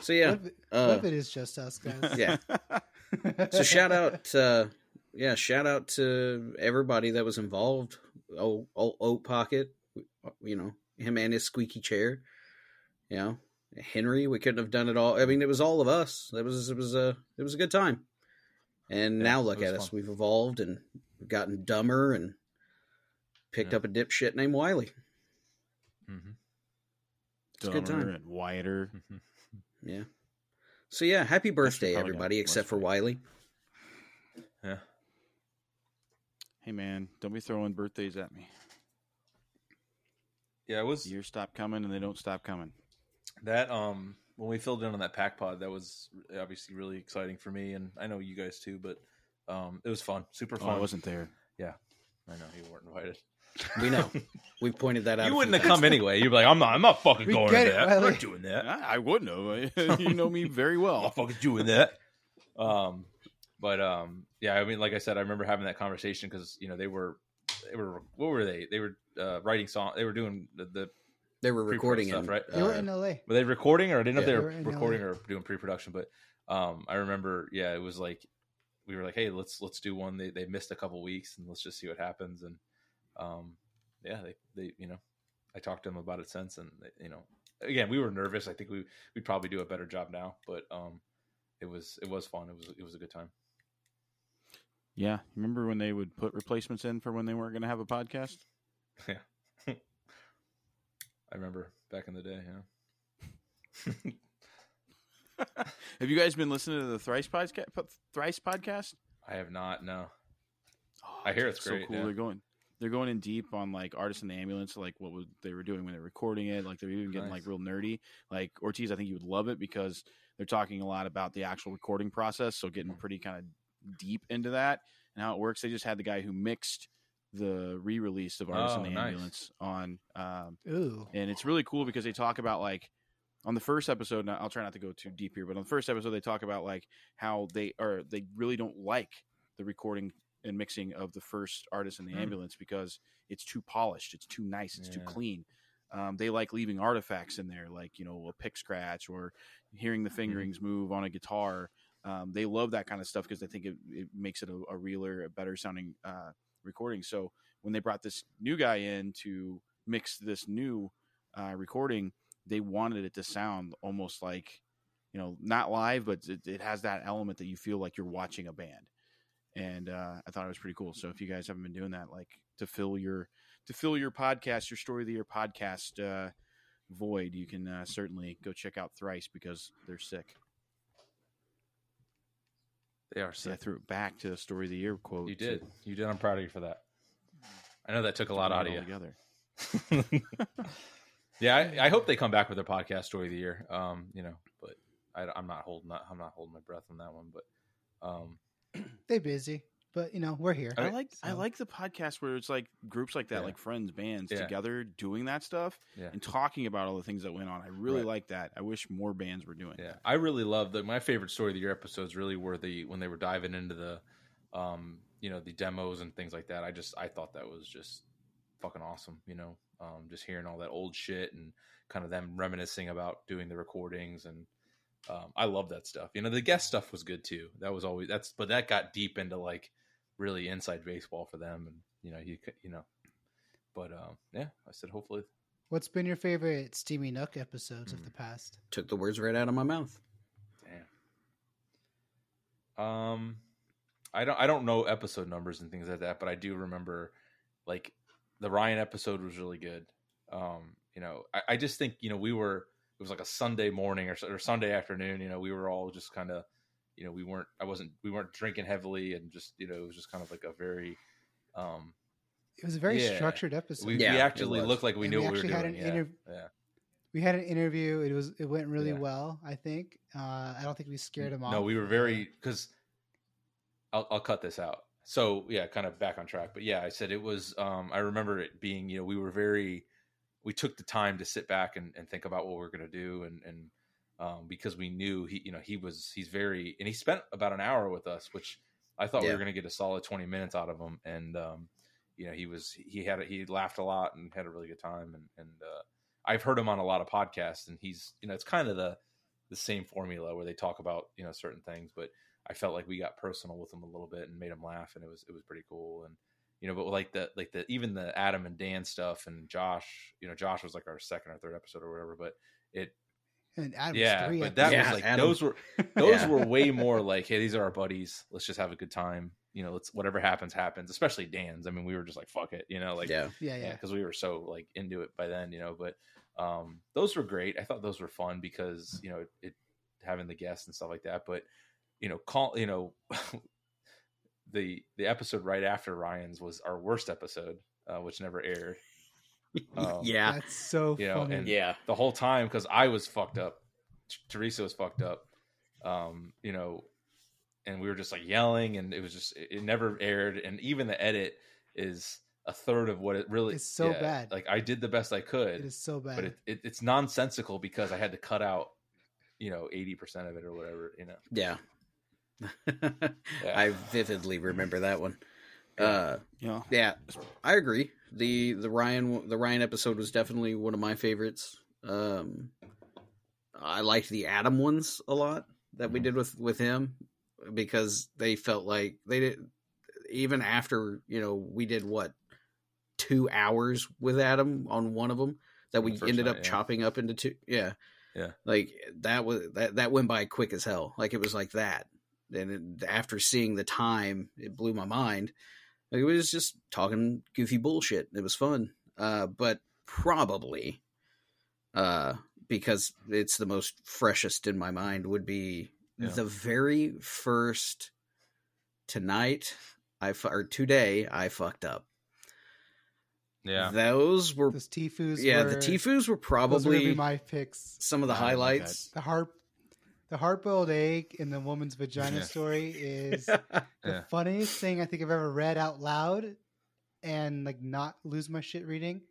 S6: So yeah.
S3: What if, what
S6: Uh,
S3: if it is just us, guys?
S6: Yeah. so shout out uh yeah, shout out to everybody that was involved old, old oat pocket, you know, him and his squeaky chair, you know, Henry. We couldn't have done it all. I mean, it was all of us. It was it was a it was a good time. And
S5: Yeah,
S6: now
S5: it
S6: look
S5: was
S6: at us.
S5: fun.
S6: We've evolved and gotten dumber and picked
S5: Yeah.
S6: up a dipshit named Wiley.
S5: Mm-hmm.
S6: a good
S4: Dumber
S6: time.
S4: and whiter.
S6: Yeah. So yeah, happy birthday
S4: probably got
S6: everybody
S4: the
S6: except
S4: most
S6: for
S4: right.
S6: Wiley.
S5: Yeah.
S4: Hey man, don't be throwing birthdays at me.
S5: Yeah, it was
S4: Years stop coming and they don't stop coming.
S5: that um when we filled in on that pack pod, that was obviously really exciting for me and I know you guys too, but um it was fun. Super
S4: Oh,
S5: fun.
S4: I wasn't there.
S5: I know you weren't invited.
S6: We know. We've pointed that out.
S5: you
S6: a
S5: wouldn't
S6: few
S5: have come anyway. You'd be like, I'm not I'm not fucking
S3: We
S5: going
S3: get
S5: to
S3: it,
S5: that. I'm
S3: Riley.
S5: not doing
S4: I,
S5: that.
S4: I wouldn't have. you know me very
S5: I'm
S4: well.
S5: not fucking doing that. Um but um yeah, I mean like I said, I remember having that conversation because you know they were they were what were they? They were uh, writing song they were doing the, the
S6: times. They were
S5: pre-pro
S6: recording
S5: stuff,
S6: him.
S5: right?
S3: You were
S6: uh,
S3: in LA.
S5: were they recording or I didn't know if
S6: Yeah.
S3: They
S5: they
S3: were
S5: were
S3: in
S5: recording
S3: LA.
S5: or doing pre-production, but um, I remember, yeah, it was like we were like, hey, let's let's do one. They they missed a couple weeks and let's just see what happens. And um, yeah, they they you know, I talked to them about it since, and they, you know, again, we were nervous. I think we we'd probably do a better job now, but um, it was it was fun. It was it was a good time.
S4: Yeah, remember when they would put replacements in for when they weren't going to have a podcast?
S5: Yeah, I remember back in the day. Yeah.
S4: Have you guys been listening to the Thrice podcast? Thrice podcast?
S5: I have not. No.
S4: Oh,
S5: I hear it's
S4: so
S5: great,
S4: cool.
S5: yeah.
S4: They're going. They're going in deep on like artists in the ambulance, like what would, they were doing when they're recording it. Like they're even getting like
S5: Nice.
S4: real nerdy. Like Ortiz, I think you would love it because they're talking a lot about the actual recording process. So
S5: Mm-hmm.
S4: getting pretty kind of deep into that and how it works. They just had the guy who mixed the re-release of artists
S5: Oh,
S4: in the
S5: nice.
S4: ambulance on um,
S3: Ooh.
S4: and it's really cool because they talk about like on the first episode and i'll try not to go too deep here but on the first episode they talk about like how they are they really don't like the recording and mixing of the first artist in the
S5: Hmm.
S4: ambulance because it's too polished it's too nice it's too
S5: Yeah.
S4: clean um, they like leaving artifacts in there like you know a pick scratch or hearing the
S5: Hmm.
S4: fingerings move on a guitar um, they love that kind of stuff because they think it, it makes it a, a realer a better sounding uh, recording so when they brought this new guy in to mix this new uh, recording, they wanted it to sound almost like, you know, not live, but it, it has that element that you feel like you're watching a band. And uh, I thought it was pretty cool. So if you guys haven't been doing that, like to fill your to fill your podcast, your story of the year podcast uh, void, you can uh, certainly go check out Thrice because they're sick.
S5: They are
S4: So I
S5: sick.
S4: threw it back to the story of the year quote.
S5: You did. You did. I'm proud of you for that. I know that took a lot out of you.
S4: together.
S5: yeah, I, I hope they come back with their podcast story of the year. Um, you know, but I, I'm not holding that. I'm not holding my breath on that one. But um,
S3: They busy, but you know we're here.
S4: I like I
S3: So-
S4: like the podcast where it's like groups like that,
S5: Yeah.
S4: like friends, bands
S5: Yeah.
S4: together doing that stuff
S5: Yeah.
S4: and talking about all the things that went on. I really
S5: Right.
S4: like that. I wish more bands were doing.
S5: yeah,
S4: that.
S5: I really love that. My favorite story of the year episodes really were the when they were diving into the, um, you know, the demos and things like that. I just I thought that was just fucking awesome. You know, um, just hearing all that old shit and kind of them reminiscing about doing the recordings and um, I love that stuff. You know, the guest stuff was good too. That was always that's, but that got deep into like really inside baseball for them, and you know, you c- you know, but um, yeah, I said hopefully
S3: What's been your favorite Steamy Nook episodes of
S5: Hmm.
S3: the past?
S6: Took the words right out of my mouth.
S5: Damn. Um, I don't I don't know episode numbers and things like that, but I do remember like the Ryan episode was really good. Um, you know, I, I just think you know we were it was like a Sunday morning or, s- or Sunday afternoon. You know, we were all just kind of you know we weren't I wasn't we weren't drinking heavily and just you know it was just kind of like a very um
S3: It was a very
S5: Yeah.
S3: structured episode.
S5: we,
S3: We,
S5: we
S6: Yeah, it
S5: actually
S6: was.
S5: looked like we
S3: And
S5: knew
S3: we
S5: what we were
S3: actually had
S5: doing.
S3: an
S5: yeah,
S3: interv-
S5: yeah.
S3: had an interview. It was it went really
S5: Yeah. Mm,
S3: well. I think. Uh, I don't think we scared him off.
S5: No, we were very because I'll, I'll cut this out. So yeah, kind of back on track. But yeah, I said it was. Um, I remember it being. You know, we were very. We took the time to sit back and, and think about what we were going to do, and and um, because we knew he, you know, he was he's very and he spent about an hour with us, which I thought we
S6: Yeah.
S5: were going to get a solid twenty minutes out of him, and um, you know, he was he had a, he laughed a lot and had a really good time, and and uh, I've heard him on a lot of podcasts, and he's you know it's kind of the the same formula where they talk about you know certain things, but I felt like we got personal with him a little bit and made him laugh, and it was it was pretty cool. And you know, but like the like the even the Adam and Dan stuff and Josh, you know, Josh was like our second or third episode or whatever, but it
S3: And Adam
S5: yeah,
S3: three
S5: but that
S3: episodes.
S5: was
S6: Yeah,
S5: like
S6: Adam-
S5: those were those
S6: Yeah.
S5: were way more like, hey, these are our buddies. Let's just have a good time. You know, let's whatever happens happens. Especially Dan's. I mean, we were just like, fuck it. You know, like
S6: yeah.
S3: yeah,
S5: yeah
S3: yeah.
S5: because we were so like into it by then you know but um those were great i thought those were fun because you know it, having the guests and stuff like that but you know call you know the the episode right after ryan's was our worst episode uh, which never aired Um,
S6: yeah.
S3: That's so
S5: You know,
S3: funny.
S5: and-
S2: Yeah.
S5: the whole time because i was fucked up T- teresa was fucked up um you know and we were just like yelling and it was just it, it never aired and even the edit is a third of what it really
S3: It's so bad.
S5: like i did the best i could
S3: it is so bad.
S5: but it, it, it's nonsensical because I had to cut out, you know, eighty percent of it or whatever. You know,
S6: Yeah. I vividly remember that one. Uh
S4: Yeah.
S6: yeah, I agree. The the Ryan the Ryan episode was definitely one of my favorites. Um I liked the Adam ones a lot that
S5: Mm-hmm.
S6: we did with with him because they felt like they did even after, you know, we did what 2 hours with Adam on one of them that
S5: On the
S6: we
S5: first
S6: ended
S5: night,
S6: up
S5: yeah.
S6: chopping up into two yeah.
S5: Yeah.
S6: Like that was that that went by quick as hell. Like it was like that. And it, after seeing the time, it blew my mind. Like it was just talking goofy bullshit. It was fun. Uh, but probably uh because it's the most freshest in my mind would be
S5: Yeah.
S6: the very first tonight I fu- or today I fucked up.
S5: yeah,
S6: Those were
S3: Those Tifus.
S6: yeah,
S3: were,
S6: the Tifus were
S3: those were gonna be
S6: probably
S3: my picks.
S6: some of the
S5: Oh my God.
S6: highlights.
S3: The harp, the hard-boiled egg in the woman's vagina
S5: Yeah.
S3: story is the
S5: Yeah.
S3: funniest thing I think I've ever read out loud, and like not lose my shit reading.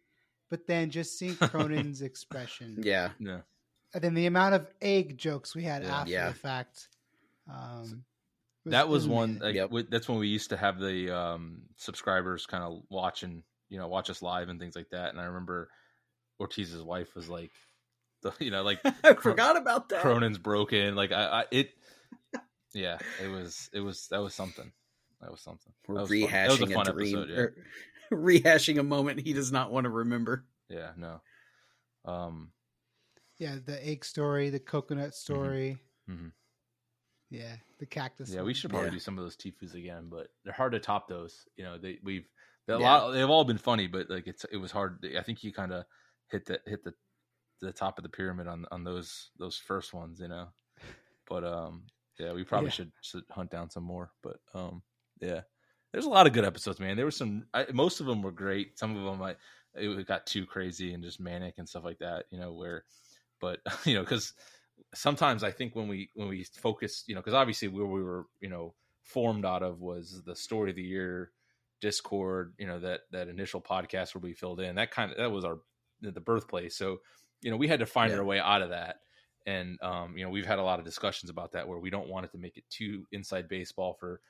S3: But then just seeing Cronin's expression,
S6: yeah.
S5: yeah.
S3: and then the amount of egg jokes we had
S5: Yeah.
S3: after
S6: Yeah.
S3: the fact. Um,
S5: That was one.
S3: amazing.
S5: Like,
S6: Yep.
S5: we- that's when we used to have the um, subscribers kind of watching, you know, watch us live and things like that. And I remember Ortiz's wife was like, the, you know, like
S6: I forgot about that.
S5: Cronin's broken. Like I, I, it, yeah, it was, it was, that was something. That was something.
S6: We're
S5: That was fun. That was
S6: rehashing a, dream,
S5: episode, yeah.
S6: or rehashing a moment he does not want to remember.
S5: yeah, no. Um,
S3: yeah, the egg story, the
S5: Mm-hmm.
S3: coconut story,
S5: mhm.
S3: yeah, the cactus.
S5: Yeah, we
S3: one.
S5: should probably
S6: Yeah.
S5: do some of those tifus again, but they're hard to top those. You know, they we've they a
S6: Yeah.
S5: lot, they've all been funny, but like it's it was hard. I think you kind of hit the hit the the top of the pyramid on on those those first ones, you know. But um, yeah, we probably
S3: Yeah.
S5: should, should hunt down some more. But um, yeah, there's a lot of good episodes, man. There were some. I, most of them were great. Some of them I it got too crazy and just manic and stuff like that. You know where, but you know because sometimes I think when we when we focus, you know, because obviously where we were, you know, formed out of was the story of the year Discord, you know, that that initial podcast where we filled in. That kind of that was our the birthplace. So, you know, we had to find
S6: Yeah.
S5: our way out of that. And um, you know, we've had a lot of discussions about that where we don't want it to make it too inside baseball for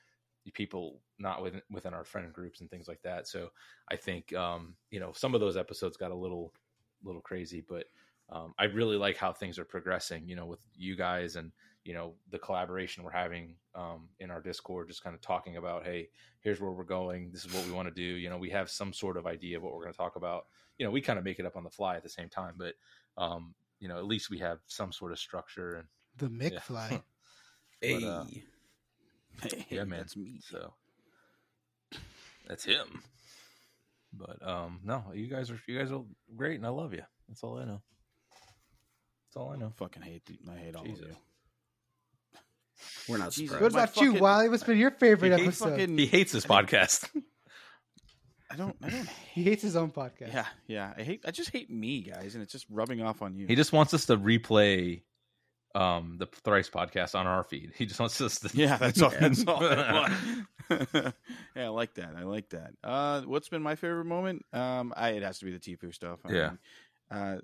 S5: people not within within our friend groups and things like that. So I think um, you know, some of those episodes got a little little crazy, but um, I really like how things are progressing, you know, with you guys and, you know, the collaboration we're having um, in our Discord, just kind of talking about, hey, here's where we're going. This is what we want to do. You know, we have some sort of idea of what we're going to talk about. You know, we kind of make it up on the fly at the same time, but, um, you know, at least we have some sort of structure. And
S3: the
S5: Yeah.
S3: McFly.
S5: But, uh,
S6: Hey.
S5: yeah, man.
S4: That's me.
S5: So that's him. But um, no, you guys are, you guys are great and I love you. That's all I know. That's all I know.
S4: Fucking hate. the- I hate all
S5: Jesus.
S4: of you.
S6: We're not
S4: Jesus.
S3: What
S6: surprised.
S4: my
S3: about you,
S4: fucking-
S3: Wally? What's been your favorite
S4: I hate
S3: episode?
S4: fucking-
S5: He hates this podcast.
S4: I don't. I don't.
S3: He hates his own podcast.
S4: Yeah, yeah. I hate. I just hate me, guys, and it's just rubbing off on you.
S5: He just wants us to replay um the thrice podcast on our feed. He just wants us to
S4: Yeah, that's all. That's all. I want. yeah, I like that. I like that. Uh, what's been my favorite moment? Um, I it has to be the Tipu stuff. I
S5: Yeah.
S4: mean, uh,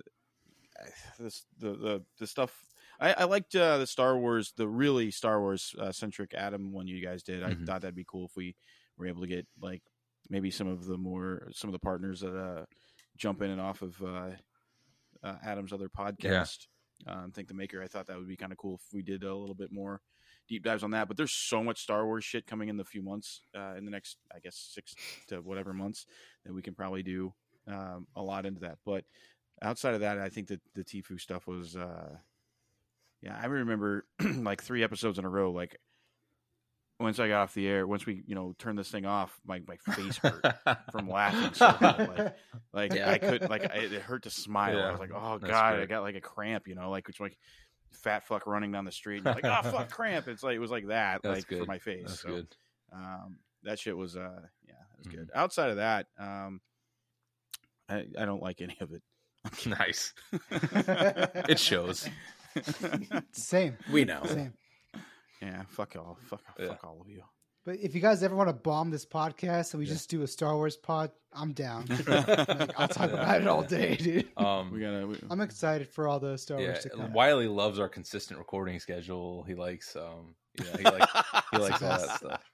S4: this the the the stuff. I, I liked uh, the Star Wars, the really Star Wars uh, centric Adam one you guys did. I
S5: Mhm.
S4: thought that'd be cool if we were able to get like maybe some of the more some of the partners that uh, jump in and off of uh, uh, Adam's other podcast. Um, think the maker. I thought that would be kind of cool if we did a little bit more deep dives on that. But there's so much Star Wars shit coming in the few months, uh, in the next, I guess, six to whatever months that we can probably do um, a lot into that. But outside of that, I think that the Tifu stuff was, uh, yeah, I remember like three episodes in a row. Like once I got off the air, once we, you know, turned this thing off, my, my face hurt from laughing so hard. Like, like
S6: Yeah.
S4: I could like I, it hurt to smile. I
S5: Yeah,
S4: was like, oh
S5: that's
S4: god, I
S5: great.
S4: got like a cramp, you know, like which like fat fuck running down the street. And you're like, oh fuck, cramp. It's like it was like that,
S5: That's
S4: like for
S5: good.
S4: my face.
S5: That's
S4: so
S5: good.
S4: um, that shit was uh yeah, that was
S5: Mhm.
S4: good. Outside of that, um, I, I don't like any of it.
S5: Nice. It
S4: it
S5: shows.
S3: Same,
S6: We
S5: Oh.
S6: know.
S3: same.
S4: yeah, fuck all, fuck,
S5: Yeah.
S4: fuck all of you.
S3: But if you guys ever want to bomb this podcast and we
S5: Yeah.
S3: just do a Star Wars pod, I'm down. Like, I'll talk
S5: Yeah.
S3: about it all day, dude.
S5: Um,
S4: We gotta. We,
S3: I'm excited for all the Star
S5: yeah,
S3: Wars to come.
S5: Wiley loves our consistent recording schedule. He likes, um, you know, he likes, he likes all that stuff.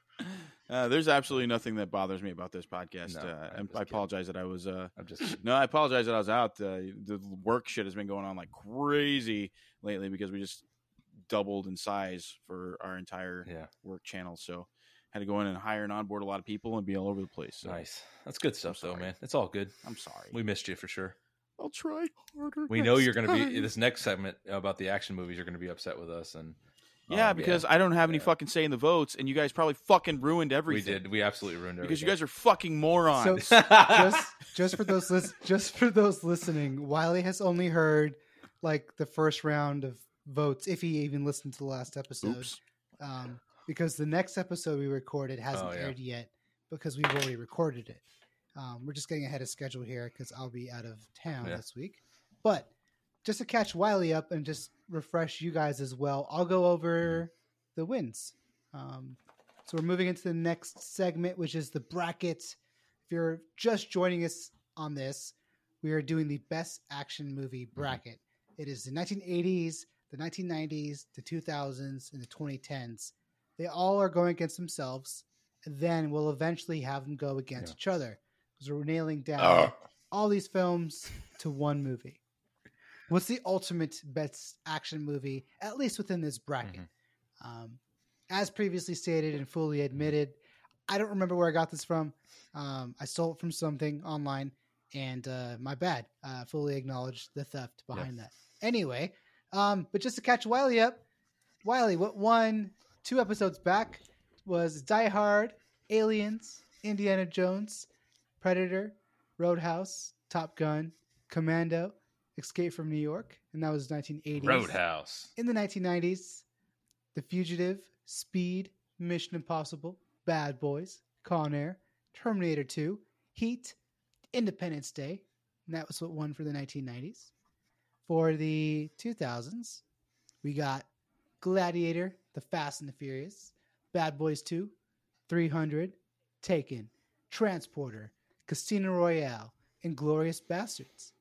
S4: Uh, there's absolutely nothing that bothers me about this podcast.
S5: No,
S4: uh,
S5: I'm
S4: and
S5: just
S4: I
S5: kidding.
S4: apologize that I was. Uh,
S5: I'm just kidding.
S4: no, I apologize that I was out. Uh, the work shit has been going on like crazy lately because we just doubled in size for our entire
S5: yeah,
S4: work channel. So had to go in and hire and onboard a lot of people and be all over the place. So
S5: nice. That's good stuff, though,
S4: sorry.
S5: man. It's all good.
S4: I'm sorry.
S5: We missed you for sure.
S4: I'll try harder.
S5: We know
S4: next
S5: you're going to be
S4: time.
S5: this next segment about the action movies. You're going to be upset with us, and
S4: Yeah,
S5: um,
S4: because I don't have any
S5: Yeah.
S4: fucking say in the votes, and you guys probably fucking ruined
S5: we
S4: everything.
S5: did. We absolutely ruined
S4: because you
S5: everything.
S4: guys are fucking morons.
S3: So just just for those lis- just for those listening, Wiley has only heard like the first round of votes, if he even listened to the last episode.
S4: Oops.
S3: Um, because the next episode we recorded hasn't
S5: Oh, yeah.
S3: aired yet because we've already recorded it. Um, we're just getting ahead of schedule here because I'll be out of town
S5: Yeah.
S3: this week. But just to catch Wiley up and just refresh you guys as well, I'll go over
S5: Mm-hmm.
S3: the wins. Um, so we're moving into the next segment, which is the brackets. If you're just joining us on this, we are doing the best action movie
S5: Mm-hmm.
S3: bracket. It is the 1980s, the 1990s, the 2000s, and the 2010s. They all are going against themselves. And then we'll eventually have them go against
S5: Yeah.
S3: each other because we're nailing down
S5: Ugh.
S3: all these films to one movie. What's the ultimate best action movie, at least within this bracket? Um, as previously stated and fully admitted, I don't remember where I got this from. Um, I stole it from something online, and uh, my bad. Uh, fully acknowledge the theft behind that. Anyway, um, but just to catch Wiley up, Wiley, what one, two episodes back was Die Hard, Aliens, Indiana Jones, Predator, Roadhouse, Top Gun, Commando, Escape from New York, and that was 1980s.
S5: Roadhouse.
S3: In the 1990s, The Fugitive, Speed, Mission Impossible, Bad Boys, Con Air, Terminator 2, Heat, Independence Day, and that was what won for the 1990s. For the 2000s, we got Gladiator, The Fast and the Furious, Bad Boys 2, 300, Taken, Transporter, Casino Royale, and Glorious Bastards.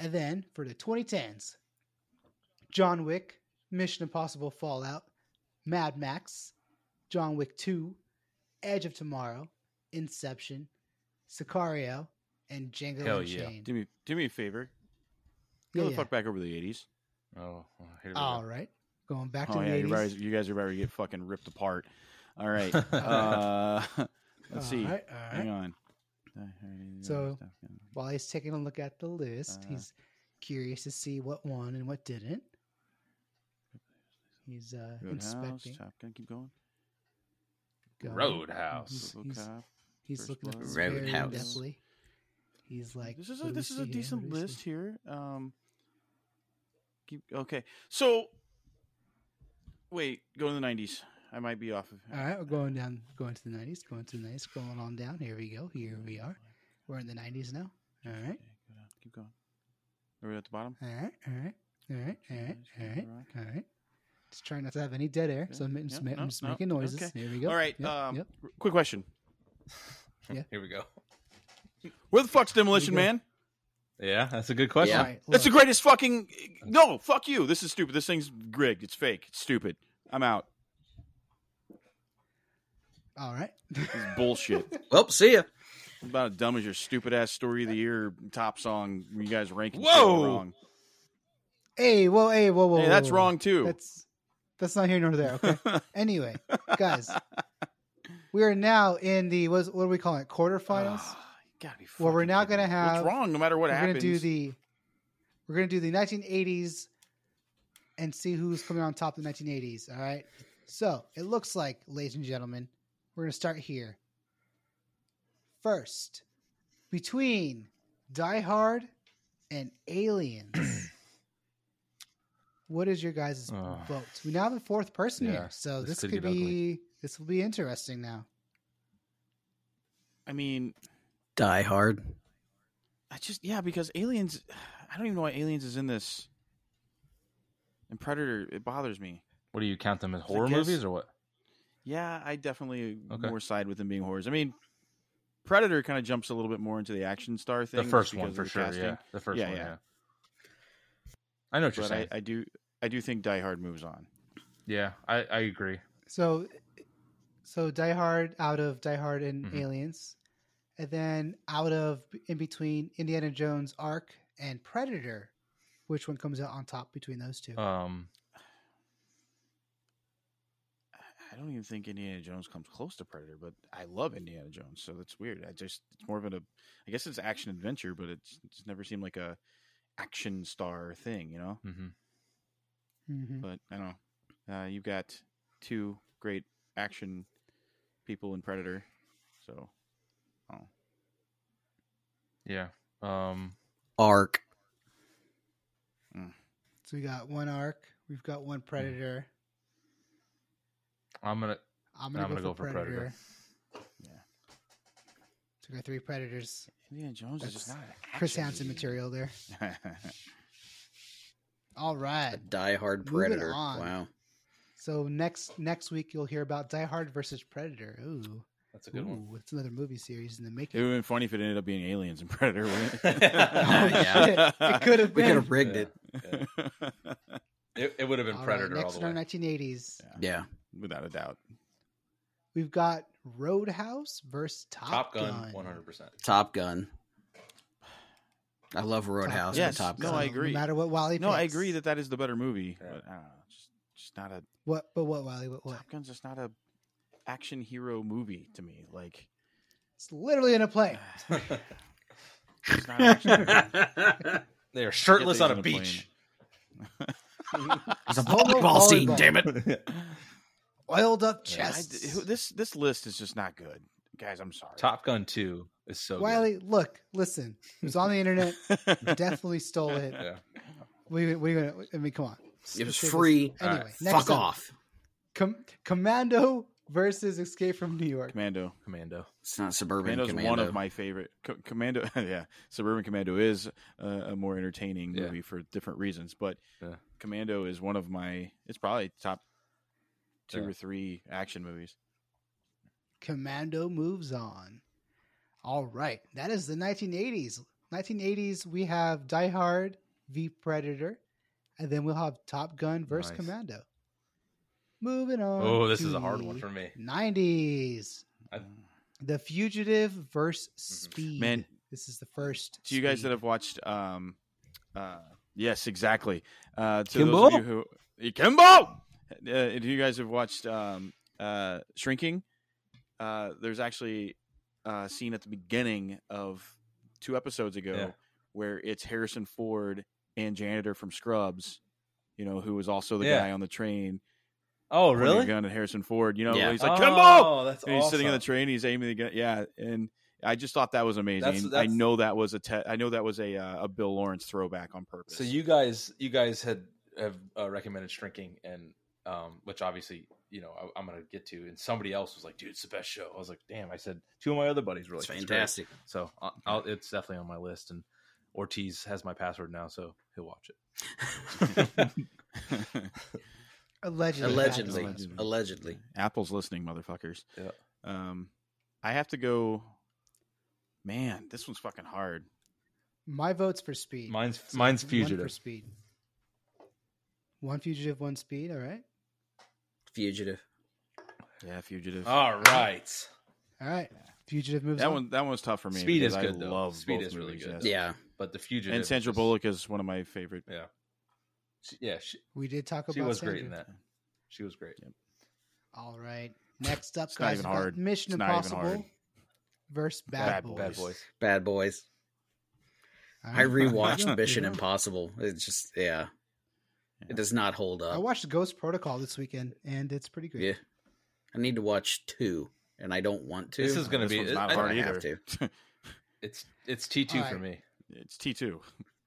S3: And then for the 2010s, John Wick, Mission Impossible Fallout, Mad Max, John Wick 2, Edge of Tomorrow, Inception, Sicario, and Django
S5: Hell yeah.
S3: Unchained.
S4: do me do me a favor. Go the fuck back over to the eighties.
S5: Oh, well, here we go.
S3: All right. Going back to
S4: Oh
S3: the
S4: yeah, you
S3: 80s.
S4: guys, you guys are about to get fucking ripped apart. All right. Uh, let's see.
S3: All right, all right.
S4: Hang on.
S3: So- While he's taking a look at the list,
S4: Uh.
S3: he's curious to see what won and what didn't. He's uh,
S4: Roadhouse,
S3: inspecting.
S4: Top Gun, keep going.
S3: going.
S5: Roadhouse.
S4: Robocop.
S3: he's- He's
S4: First
S3: looking at this
S4: Blood.
S3: very
S6: Roadhouse.
S3: deftly. He's like,
S4: this is
S3: "What
S4: a
S3: do we
S4: this is
S3: see
S4: a
S3: here?
S4: decent
S3: What do we see?"
S4: list here. Um, keep okay. So, wait, go to the nineties. I might be off of.
S3: All right, we're going down, going to the nineties, going to the nineties, going on down. Here we go. Here we are. We're in the nineties now. All
S4: Okay,
S3: right,
S4: go down, uh, Keep going. Are we at the bottom?
S3: all right, all right, all right, all right, all right, all right. Just trying not to have any dead air, so I'm
S4: Yeah,
S3: just,
S4: yeah,
S3: ma-
S4: no,
S3: I'm just
S4: no,
S3: making noises.
S4: okay.
S3: Here we go.
S4: All right.
S3: Yep,
S4: um,
S3: yep.
S4: r- quick question.
S5: Here we go.
S4: Where the fuck's Demolition
S3: go.
S4: Man?
S5: Yeah, that's a good question.
S6: Yeah.
S3: All right,
S4: That's the
S3: look.
S4: greatest fucking. No, fuck you. This is stupid. This thing's rigged. It's fake. It's stupid. I'm out.
S3: All right.
S4: This is bullshit.
S6: Well, see ya.
S4: It's about as dumb as your stupid ass story of the year top song. You guys ranking
S5: Whoa!
S4: wrong.
S3: hey, whoa, hey, whoa, whoa.
S4: Hey, that's
S3: whoa, whoa.
S4: wrong too.
S3: That's That's not here nor there. Okay. anyway, guys, we are now in the what's, what do we call it? Quarterfinals.
S4: Ah. gotta be
S3: Well, we're
S4: fucking
S3: now
S4: kidding
S3: gonna
S4: me.
S3: have-
S4: What's wrong? No matter what
S3: we're
S4: happens.
S3: gonna do the we're gonna do the 1980s and see who's coming on top of the 1980s. All right. So it looks like, ladies and gentlemen, we're gonna start here. First, between Die Hard and Aliens. What is your guys'
S5: Oh.
S3: vote? We now have a fourth person
S5: Yeah,
S3: here, so this,
S5: this could
S3: could
S5: get ugly.
S3: be this will be interesting now.
S4: I mean,
S6: Die Hard.
S4: I just yeah because aliens. I don't even know why aliens is in this. And Predator, it bothers me.
S5: What do you count them as horror
S4: guess-
S5: movies or what?
S4: Yeah, I definitely
S5: Okay.
S4: more side with them being horrors. I mean, Predator kind of jumps a little bit more into the action star thing.
S5: The
S4: just
S5: first one
S4: because
S5: for
S4: of the
S5: sure.
S4: casting.
S5: Yeah, the first
S4: Yeah,
S5: one. Yeah.
S4: yeah.
S5: I know what you're
S4: but I,
S5: saying.
S4: I do, I do think Die Hard moves on.
S5: yeah, I, I agree.
S3: So, so Die Hard out of Die Hard and
S5: Mhm.
S3: Aliens, and then out of in between Indiana Jones Arc and Predator, which one comes out on top between those two?
S5: Um,
S4: I don't even think Indiana Jones comes close to Predator, but I love Indiana Jones, so that's weird. I just it's more of an, I guess it's action adventure, but it's it's never seemed like a action star thing, you know.
S5: mhm.
S3: Mhm.
S4: But I don't know. Uh, you've got two great action people in Predator, so
S5: yeah. Um,
S6: Arc.
S3: So we got one Arc, we've got one
S5: Mm-hmm.
S3: Predator.
S5: I'm gonna
S3: I'm
S5: I'm
S3: gonna,
S5: gonna
S3: go, for Predator.
S4: Yeah.
S3: So we got three Predators.
S4: Indiana Jones is just not
S3: That's
S4: an
S3: Chris
S4: action
S3: Hansen
S4: movie.
S3: material there. All
S6: A
S3: right.
S6: Die Hard
S3: Moving
S6: Predator.
S3: on.
S6: Wow.
S3: So next next week you'll hear about Die Hard versus Predator. Ooh,
S5: that's a good one.
S3: ooh, it's another movie series in the
S4: It
S3: making.
S4: would have been funny if it ended up being aliens and Predator. Wouldn't it?
S5: Yeah.
S3: Oh, It could have
S6: We could
S3: been.
S6: have rigged it.
S5: Yeah. It, it would have been
S3: All right,
S5: Predator all
S3: next
S5: the
S3: in
S5: way.
S3: our 1980s,
S6: Yeah.
S4: Without a doubt.
S3: we've got Roadhouse versus Top,
S5: Top
S3: Gun.
S5: Gun, 100. percent
S6: Top Gun. I love Roadhouse
S4: Gun.
S6: and Top
S4: No,
S6: Gun.
S4: I
S3: So,
S4: agree.
S3: No matter what Wally.
S4: No, I
S3: picks.
S4: agree that that is the better movie,
S5: Yeah.
S4: but I don't know, just just not a
S3: What? But what Wally? What? What?
S4: Top Gun's just not a action hero movie to me. Like
S3: It's literally in a play.
S4: it's not an action hero.
S5: They are shirtless
S4: these
S5: on a
S4: on a plane.
S5: beach.
S6: It's a
S3: Solo
S6: volleyball scene,
S3: Oh, volleyball.
S6: damn it.
S3: Oiled up
S5: Yeah,
S4: I
S3: chests.
S4: d- who- this this list is just not good, guys. I'm sorry.
S5: Top Gun 2 is so
S3: Wiley, look, listen. It was on the internet. You
S4: Death.
S3: definitely stole it.
S5: good. Yeah.
S3: We, we, we, I mean, come on.
S6: It was
S3: Let's take
S6: free.
S3: this- Anyway,
S5: All right.
S3: next
S6: Fuck
S3: up,
S6: off.
S3: Com- Commando versus Escape from New York.
S4: Commando.
S5: Commando.
S6: It's not Suburban
S4: Commando's
S6: Commando.
S4: one of my favorite. Co- Commando, yeah, Suburban Commando is uh, a more entertaining
S5: Yeah.
S4: movie for different reasons, but
S5: Yeah.
S4: Commando is one of my. It's probably top two
S5: Yeah.
S4: or three action movies.
S3: Commando moves on. All right, that is the 1980s. 1980s, we have Die Hard v Predator, and then we'll have Top Gun versus
S5: Nice.
S3: Commando. Moving on.
S5: Oh, this is a hard one for me.
S3: 90s.
S5: I- Mm-hmm.
S3: The Fugitive versus Speed.
S4: Man,
S3: this is the first.
S4: to you guys
S3: Speed.
S4: that have watched um uh yes exactly uh to
S6: Kimbo?
S4: those of you who Kimbo uh, if you guys have watched um uh shrinking uh there's actually uh, a scene at the beginning of two episodes ago
S5: Yeah.
S4: where it's Harrison Ford and janitor from Scrubs you know who was also the
S5: Yeah.
S4: guy on the train
S5: Oh,
S4: pointing a
S5: really?
S4: gun at Harrison Ford you know
S6: Yeah.
S4: he's like
S5: oh,
S4: Kimbo
S5: That's
S4: and he's sitting on the
S5: awesome.
S4: train. He's aiming the gun. Yeah, and I just thought that was amazing.
S5: That's-
S4: I
S5: that's-
S4: know that was a te- I know that was a uh, a Bill Lawrence throwback on purpose.
S5: So you guys, you guys had have uh, recommended shrinking, and um, which obviously you know I, I'm gonna get to. And somebody else was like, "Dude, it's the best show." I was like, "Damn!" I said two of my other buddies were like,
S6: It's
S5: "It's great."
S6: fantastic.
S5: So I'll, I'll, it's definitely on my list. And Ortiz has my password now, so he'll watch it.
S3: allegedly.
S6: Allegedly.
S4: Allegedly.
S6: Allegedly.
S4: Apple's listening, motherfuckers.
S5: Yeah.
S4: Um, I have to go. Man, this one's fucking hard.
S3: My vote's for Speed.
S5: mine's mine's
S3: One for
S5: fugitive.
S3: Speed. One Fugitive, one Speed. All right.
S6: Fugitive.
S4: Yeah, fugitive.
S5: All right,
S3: All right. Fugitive moves
S4: that
S3: on.
S4: one that one's tough for me.
S5: Speed
S4: because
S5: is good,
S4: I
S5: though.
S4: love
S5: Speed
S4: both
S5: is really
S4: movies,
S5: good.
S4: yes.
S6: Yeah.
S5: but the fugitive
S4: And Sandra
S5: is-
S4: Bullock is one of my favorite.
S5: Yeah, she, yeah, she,
S3: We did talk about
S5: she was
S3: Sandra.
S5: great in that. She was great.
S3: All right. Next up,
S4: It's not
S3: guys,
S4: even
S3: we've got
S4: hard.
S3: Mission
S4: It's not even
S3: Impossible
S4: hard.
S3: versus Bad,
S4: Bad
S3: Boys.
S5: Bad
S4: Boys.
S5: Boys.
S6: Bad Boys.
S3: All
S6: I
S3: right.
S6: rewatched Mission
S3: Yeah.
S6: Impossible. It's just yeah.
S4: Yeah.
S6: It does not hold
S3: I
S6: up.
S3: watched Ghost Protocol this weekend, and it's pretty good.
S6: yeah. I need to watch two and I don't want to.
S5: This is going to
S4: uh, This one's
S5: be.
S4: not
S5: I-
S4: hard
S6: I
S4: either.
S6: have
S5: It's it's T two
S3: All
S5: for
S3: right.
S5: me.
S4: It's T two.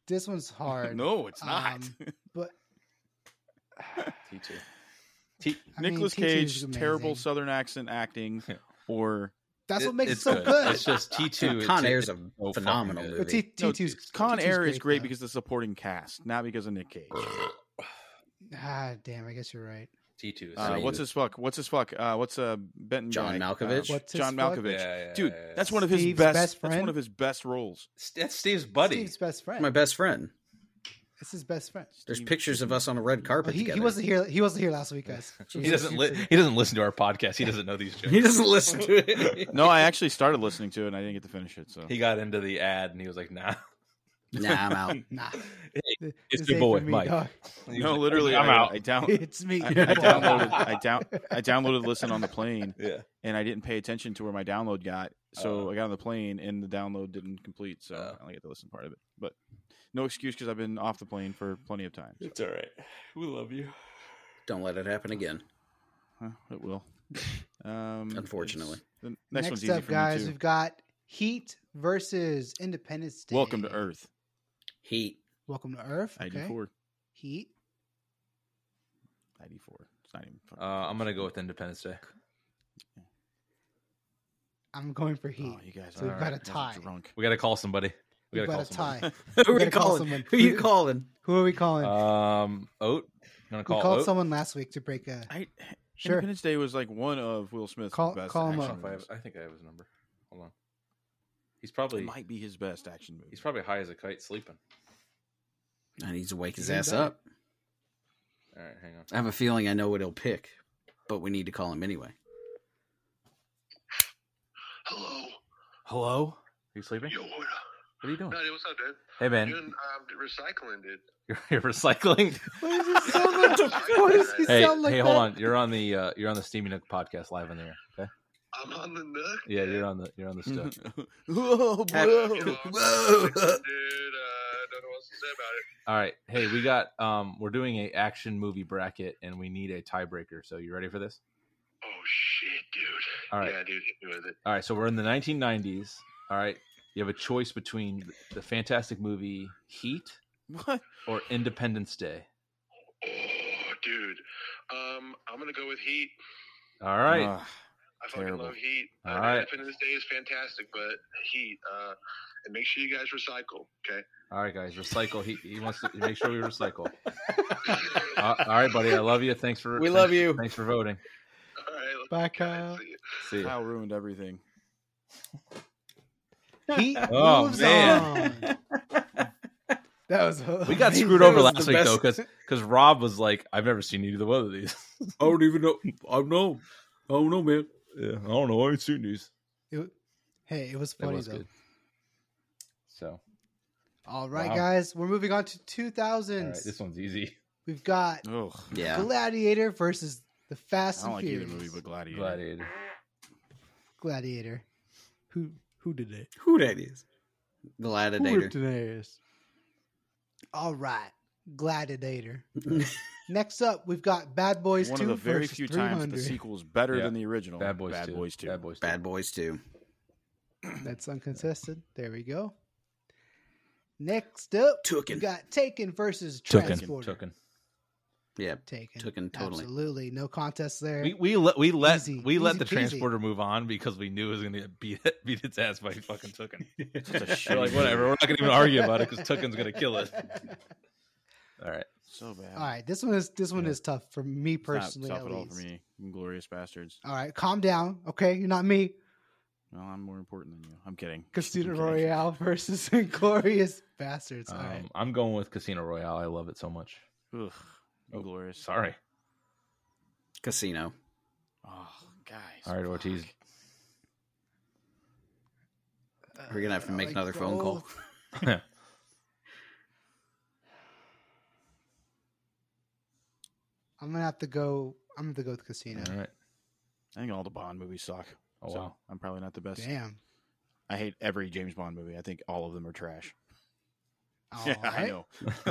S3: This one's hard.
S4: No, it's not.
S3: Um, But
S5: T two. T.
S3: I mean,
S4: Nicholas
S3: T2 is
S4: Cage, terrible
S3: amazing.
S4: Southern accent acting, or
S3: That's
S5: It-
S3: what makes it
S5: it's
S3: so good.
S5: It's just T two.
S6: Con Air's a
S5: fucking
S6: phenomenal
S5: good.
S3: But
S6: movie.
S3: T,
S4: No,
S3: T2's,
S4: Con
S3: T2's
S4: Air is great
S3: though.
S4: because of the supporting cast, not because of Nick Cage.
S3: ah, damn, I guess you're right.
S5: T two.
S4: Uh, what's his fuck? What's his fuck? Uh, what's uh Benton?
S6: John
S4: guy? Uh,
S6: Malkovich?
S3: What's his
S4: John
S3: fuck?
S4: Malkovich. Dude, that's one of his
S3: Steve's
S4: best.
S3: best
S4: that's
S3: friend?
S4: one of his best roles.
S5: That's Steve's buddy.
S3: Steve's best friend.
S6: My best friend.
S3: It's his best friend.
S6: There's
S4: Steve-
S6: pictures of us on a red
S3: But
S6: carpet
S3: he,
S6: together.
S3: he wasn't here. He wasn't here last week, guys.
S5: he doesn't. Li- he doesn't listen to our podcast. He doesn't know these jokes.
S6: He doesn't listen to it.
S4: No, I actually started listening to it and I didn't get to finish it. So
S5: He got into the ad and he was like, "Nah,
S6: nah, I'm out.
S3: Nah,
S5: Hey,
S3: This
S5: it's your
S3: ain't for
S5: boy,
S3: me,
S5: Mike."
S3: dog.
S5: He was
S4: no,
S5: like,
S4: literally,
S5: I'm
S4: I-
S5: out.
S4: I down.
S3: It's me.
S4: I, I downloaded. I down. I downloaded listen on the plane
S5: yeah,
S4: and I didn't pay attention to where my download got. So
S5: Uh.
S4: I got on the plane and the download didn't complete. So
S5: Uh.
S4: I only get to listen part of it. But no excuse because I've been off the plane for plenty of time. so.
S5: it's all right. We love you.
S6: Don't let it happen again.
S4: Huh, it will. Um,
S6: Unfortunately.
S4: it's- the
S3: Next,
S4: next, one's easy
S3: up,
S4: for
S3: guys,
S4: me
S3: we've
S4: too.
S3: got Heat versus Independence Day.
S4: Welcome to Earth.
S6: Heat.
S3: Welcome to Earth.
S4: ID
S3: Okay.
S4: four.
S3: Heat.
S4: ID four. It's not even. fucking
S5: Uh, I'm
S4: close.
S5: gonna go with Independence Day.
S3: I'm going for Heat.
S4: Oh, you guys
S3: So
S4: are
S3: we've got a
S4: you guys
S3: tie.
S4: are drunk.
S5: We gotta call somebody. We
S3: We've
S5: gotta call
S3: got a tie.
S5: somebody.
S6: Who are
S3: gotta
S6: you
S3: call
S6: calling?
S3: someone.
S6: Who are you calling?
S3: Who are we calling?
S5: Um, Oat. You wanna
S3: we
S5: call
S3: called
S5: Oat?
S3: someone last week to break a.
S4: I,
S3: Sure.
S4: Independence Day was like one of Will Smith's
S3: Call-
S4: best
S3: call him
S5: I,
S4: action
S5: don't know if I, have,
S4: movies.
S5: I think I have his number. Hold on. He's
S4: It
S5: probably
S4: might be his best action movie.
S5: he's probably high as a kite sleeping.
S6: I need to wake
S3: He's
S6: his
S3: in
S6: ass
S3: bed.
S6: up.
S5: All right, hang on.
S6: I have a feeling I know what he'll pick, but we need to call him anyway.
S1: Hello.
S5: Hello? Are you sleeping?
S1: Yo, what up?
S5: What are you doing?
S1: No, dude, what's up, dude?
S5: Hey man,
S1: Doing um, recycling, dude.
S5: you're, you're recycling.
S3: What does he sound like? What does he
S5: hey,
S3: sound like?
S5: hey, hold
S3: that?
S5: on. You're on the uh, you're on the Steamy Nook podcast live in the air. Okay.
S1: I'm on the nook.
S5: Yeah,
S1: dude.
S5: you're on the you're on the stuff.
S4: Whoa,
S1: Yeah,
S4: bro.
S1: you know, I'm recycling, dude, uh, don't know what else to say about it.
S5: All right. Hey, we got um we're doing a action movie bracket and we need a tiebreaker. So you ready for this?
S1: Oh shit, dude.
S5: All right.
S1: Yeah, dude, hit me with it.
S5: All right, so we're in the 1990s. All right. You have a choice between the fantastic movie Heat
S4: What?
S5: or Independence Day.
S1: Oh, dude. Um, I'm gonna go with Heat.
S5: All right.
S4: Ugh.
S1: I fucking
S4: Terrible.
S1: love Heat.
S5: All
S1: uh,
S5: right.
S1: Independence Day is fantastic, but Heat. Uh, and make sure you guys recycle, okay?
S5: All right, guys, recycle. He, he wants to make sure we recycle. Uh, all right, buddy. I love you. Thanks for
S6: We
S5: thanks-
S6: love you.
S5: Thanks for voting.
S1: All right.
S3: Bye,
S1: guys,
S3: Kyle.
S1: see ya.
S5: See you.
S4: Kyle ruined everything.
S3: Heat
S5: Oh,
S3: moves
S5: man.
S3: on. That was. a-
S5: We got screwed
S3: that
S5: over
S3: was
S5: last
S6: the
S5: week
S6: best-
S5: though, because because Rob was like, "I've never seen either one of these."
S6: I don't even know. I don't know. I don't know, man.
S5: yeah, I don't know. I ain't seen these.
S3: It- hey, it was
S5: That
S3: funny
S5: was
S3: though.
S5: good. So,
S3: All right,
S5: Wow.
S3: guys, we're moving on to
S5: all
S3: 2000s.
S5: right, this Oh, one's easy.
S3: We've got
S4: Ugh.
S6: Yeah.
S3: Gladiator versus the Fast
S4: I don't
S3: and
S4: like either
S3: Furious.
S4: movie, but Gladiator.
S5: Gladiator.
S3: Gladiator. Who who did it?
S6: Who that is?
S3: Who
S6: Gladiator.
S3: their ass? All right, Gladiator. Next up, we've got Bad Boys
S4: One
S3: 2
S4: of the very
S3: versus
S4: few times the
S3: 300.
S4: sequel is better
S5: Yeah.
S4: than the original.
S5: Bad Boys.
S4: Bad
S5: two.
S4: Boys Two.
S5: Bad Boys. two.
S6: Bad Boys too.
S3: That's uncontested. There we go. Next up, we
S6: Tooken.
S3: got Taken versus
S5: Tooken.
S3: Transporter.
S5: Tooken.
S6: Yeah.
S3: Taken.
S6: Tooken totally.
S3: Absolutely, no contest there.
S5: We we let we let
S3: Easy.
S5: we let
S3: Easy
S5: the
S3: peasy.
S5: transporter move on because we knew it was going to beat it, beat its ass by fucking Tooken.
S4: Such a
S5: We're
S4: shitty
S5: like
S4: movie.
S5: whatever. We're not going to even argue about it because Tooken's going to kill it. All right.
S4: So bad.
S3: All right, this one is this one
S5: Yeah.
S3: is tough for me
S4: It's not
S3: personally.
S4: tough
S3: at
S4: at all
S3: least.
S4: for me. Glorious bastards.
S3: All right, calm down. Okay, you're not me.
S4: Well, I'm more important than you. I'm kidding.
S3: Casino
S4: I'm kidding.
S3: Royale versus Inglorious Bastards. All
S5: Um,
S3: right,
S5: I'm going with Casino Royale. I love it so much.
S4: Ugh. Oh. Inglorious.
S5: Sorry.
S6: Casino.
S4: Oh, guys.
S5: All right, Ortiz.
S4: fuck.
S6: We're gonna have to
S3: Uh,
S6: make
S3: like
S6: another phone call.
S3: both. I'm gonna have to go. I'm I'm gonna go with Casino.
S5: All right.
S4: I think all the Bond movies suck.
S5: Oh
S4: so
S5: wow.
S4: I'm probably not the best.
S3: Damn.
S4: I hate every James Bond movie. I think all of them are trash.
S3: All
S4: yeah, I
S3: right.
S4: know.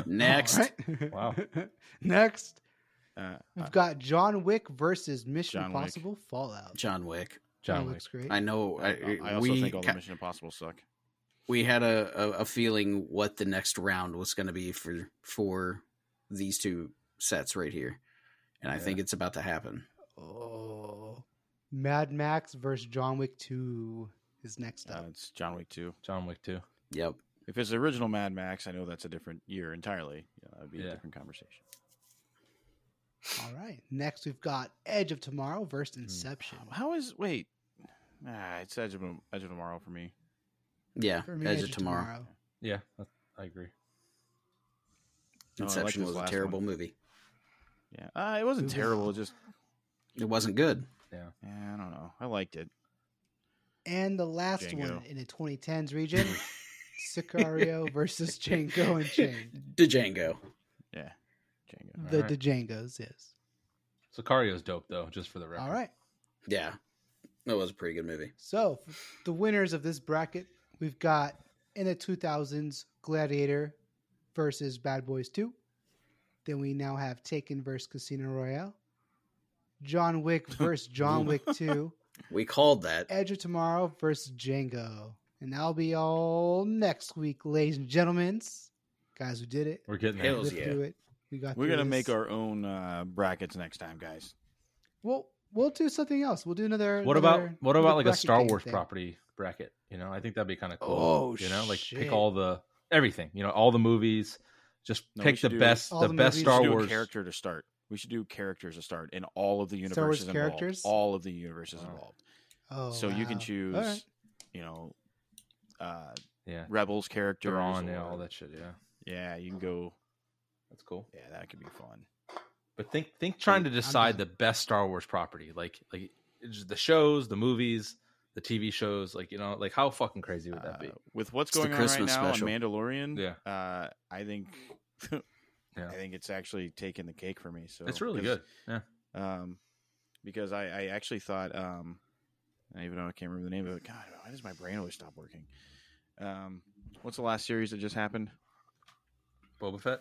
S6: Next.
S3: Oh, All right.
S5: Wow.
S3: Next,
S4: Uh,
S3: we've
S4: uh,
S3: got John Wick versus Mission
S4: John Wick.
S3: Impossible Fallout.
S6: John Wick.
S5: John
S3: That
S5: Wick.
S3: looks great.
S6: I know. I,
S4: I also
S6: we
S4: think all
S6: ki-
S4: the Mission Impossible suck.
S6: we had a, a, a feeling what the next round was going to be for for these two sets right here, and I think it's about to happen.
S3: Oh, Mad Max versus John Wick Two is next
S4: Uh,
S3: up.
S4: it's John Wick 2.
S5: John Wick too.
S6: Yep.
S4: If it's the original Mad Max, I know that's a different year entirely. Yeah, that would be
S5: Yeah.
S4: a different conversation.
S3: All right. Next, we've got Edge of Tomorrow versus
S4: Hmm.
S3: Inception.
S4: How is wait? Ah, it's Edge of Edge of Tomorrow for me.
S6: Yeah.
S3: For me,
S6: Edge of Tomorrow.
S5: Yeah, that- I agree.
S4: No, Oh, I like
S6: Inception
S4: this
S6: was
S4: last
S6: a terrible
S4: one.
S6: movie.
S4: Yeah, uh, it wasn't
S3: Oof.
S4: terrible. It just
S6: It wasn't good.
S4: yeah, I don't know. I liked it.
S3: And the last one
S4: Django.
S3: in the 2010s region, Sicario versus Django and Chain.
S6: Django.
S4: Yeah, Django.
S3: the
S5: All right.
S3: Django's, yes.
S5: Sicario's dope though, just for the record.
S3: All right.
S6: Yeah. That was a pretty good movie.
S3: So the winners of this bracket, we've got in the 2000s Gladiator versus Bad Boys 2. Then we now have Taken versus Casino Royale. John Wick versus John Wick 2.
S6: We called that.
S3: Edge of Tomorrow versus Django. And that'll be all next week, ladies and gentlemen. Guys, we did it.
S5: We're getting there.
S6: Hells
S3: Lived
S6: yeah.
S3: through it. We got
S4: We're
S3: through
S4: gonna
S3: this.
S4: make our own uh, brackets next time, guys.
S3: We'll we'll do something else. We'll do another
S5: What about
S3: another-
S5: what
S3: another
S5: about like a
S3: bracket
S5: Star
S3: game
S5: Wars
S3: thing.
S5: property bracket? You know, I think that'd be kind of cool.
S3: Oh,
S5: you know, like
S3: shit.
S5: pick all the everything. You know, all the movies. Just
S4: No, we
S5: pick
S4: should
S5: the
S4: do-
S5: best,
S3: All
S5: the,
S3: the
S5: best
S3: movies.
S5: Star
S4: we should do
S5: Wars
S4: a character to start. We should do characters to start in all of the universes
S3: Star Wars
S4: involved.
S3: characters?
S4: All of the universes
S5: Wow.
S4: involved.
S3: Oh,
S4: so you can
S3: wow.
S4: choose,
S3: All right.
S4: you know, uh,
S5: Yeah,
S4: Rebels characters.
S5: Duran and
S4: or-
S5: all that shit. Yeah,
S4: Yeah, you can go.
S5: that's cool.
S4: Yeah, that could be fun.
S5: But think think trying to
S3: I'm
S5: decide
S3: done.
S5: the best Star Wars property, like like it's just the shows, the movies, the TV shows, like you know, like how fucking crazy would that be?
S4: Uh, with what's
S6: It's the
S4: going on right
S6: Christmas
S4: now
S6: special.
S4: on Mandalorian,
S5: Yeah.
S4: uh, I think
S5: Yeah.
S4: I think it's actually taking the cake for me. So
S5: it's really
S4: 'cause,
S5: good. Yeah,
S4: um, because I, I actually thought um, and even though I can't remember the name of it. God, why does my brain always stop working? Um, what's the last series that just happened?
S5: Boba Fett.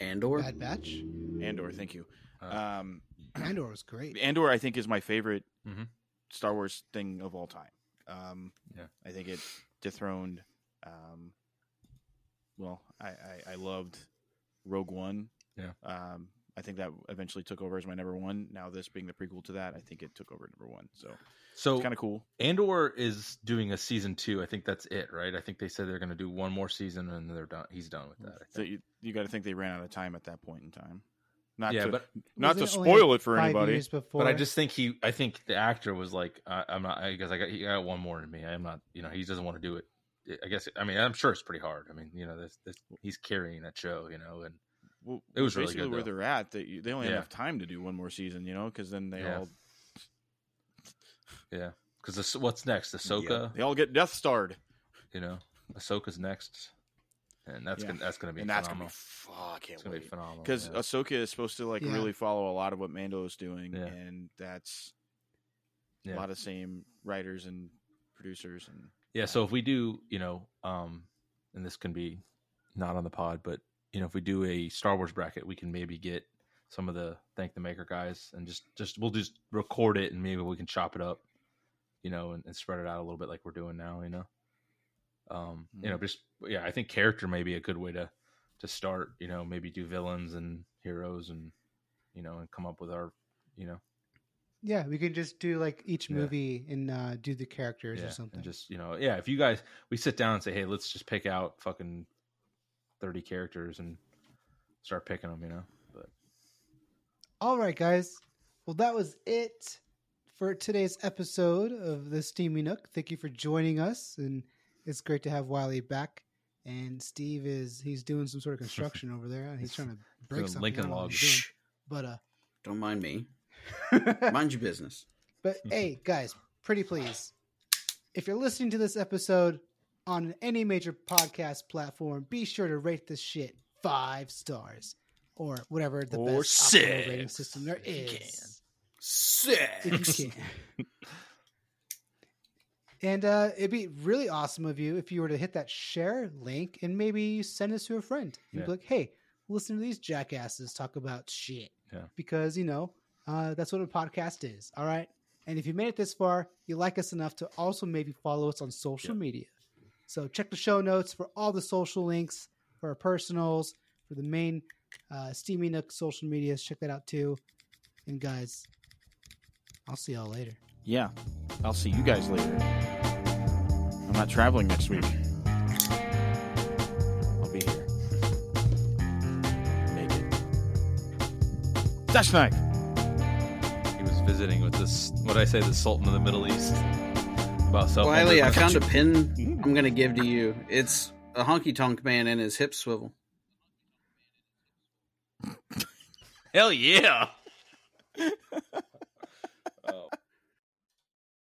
S6: Andor.
S3: Bad Batch.
S4: Andor, thank you.
S5: Uh,
S4: Um,
S3: Andor was great.
S4: Andor, I think, is my favorite
S5: Mhm.
S4: Star Wars thing of all time. Um,
S5: Yeah.
S4: I think it dethroned. Um, well, I, I, I loved Rogue One.
S5: Yeah.
S4: Um, I think that eventually took over as my number one. Now this being the prequel to that, I think it took over number one. So
S5: so
S4: it's kind of cool.
S5: Andor is doing a season two. I think that's it, right? I think they said they're going to do one more season and they're done. He's done with that. I
S4: Mm, So
S5: think.
S4: you, you got to think they ran out of time at that point in time. Not
S5: yeah,
S4: to,
S5: but
S4: not to
S3: Wasn't it only
S4: spoil it for
S3: Five
S4: anybody.
S3: years before.
S5: but I just think he. I think the actor was like, I, I'm not. I guess I got he got one more than me. I'm not. You know, he doesn't want to do it. I guess. I mean, I'm sure it's pretty hard. I mean, you know, this, this, he's carrying that show. You know, and
S4: Well,
S5: It was really
S4: basically
S5: good,
S4: where
S5: though.
S4: they're at. They you- they only
S5: Yeah.
S4: have time to do one more season, you know, because then they
S5: Yeah.
S4: all
S5: because what's next, Ahsoka.
S4: they all get Death Starred.
S5: You know, Ahsoka's next, and that's
S4: Yeah.
S5: gonna, that's going to be
S4: and that's gonna
S5: phenomenal.
S4: be fucking
S5: it's going to be phenomenal
S4: because
S5: yeah.
S4: Ahsoka is supposed to like
S3: Yeah.
S4: really follow a lot of what Mando is doing,
S5: Yeah.
S4: and that's
S5: Yeah.
S4: a lot of same writers and producers and
S5: Yeah, so if we do, you know, um, and this can be not on the pod, but you know, if we do a Star Wars bracket, we can maybe get some of the thank the maker guys and just just we'll just record it and maybe we can chop it up, you know, and, and spread it out a little bit like we're doing now, you know. Um, you know, just yeah, I think character may be a good way to to start, you know, maybe do villains and heroes and you know, and come up with our you know
S3: yeah, we can just do like each
S5: Yeah.
S3: movie and uh, do the characters
S5: yeah,
S3: or something.
S5: And just you know, yeah. If you guys we sit down and say, hey, let's just pick out fucking thirty characters and start picking them, you know. But
S3: All right, guys. Well, that was it for today's episode of the Steamy Nook. Thank you for joining us, and it's great to have Wiley back. And Steve is he's doing some sort of construction over there, and he's trying to break
S5: Doing
S3: something. I
S5: Lincoln
S3: don't know what
S5: logs.
S3: he's
S6: Shh.
S3: doing.
S6: Don't mind me.
S3: But uh,
S6: Mind your business.
S3: But hey, guys, pretty please, if you're listening to this episode on any major podcast platform, be sure to rate this shit five stars. or whatever the
S5: Or
S3: best optimal rating
S5: six,
S3: system there
S5: if you
S3: is. If
S4: Six.
S3: you can. and uh, it'd be really awesome of you if you were to hit that share link and maybe send this to a friend. You'd
S5: Yeah.
S3: be like, hey, listen to these jackasses talk about shit.
S5: Yeah.
S3: Because, you know, uh, that's what a podcast is. All right. And if you made it this far, you like us enough to also maybe follow us on social media. So check the show notes for all the social links, for our personals, for the main uh, Steamy Nook social medias. Check that out too. And guys, I'll see y'all later.
S4: Yeah. I'll see you guys later. I'm not traveling next week. I'll be here. Naked. Dash knife.
S5: He was visiting with this. What I say, the Sultan of the Middle East. About South
S6: Wiley, I found a
S5: Africa.
S6: pin I'm going to give to you. It's a honky tonk man and his hip swivel.
S5: Hell yeah!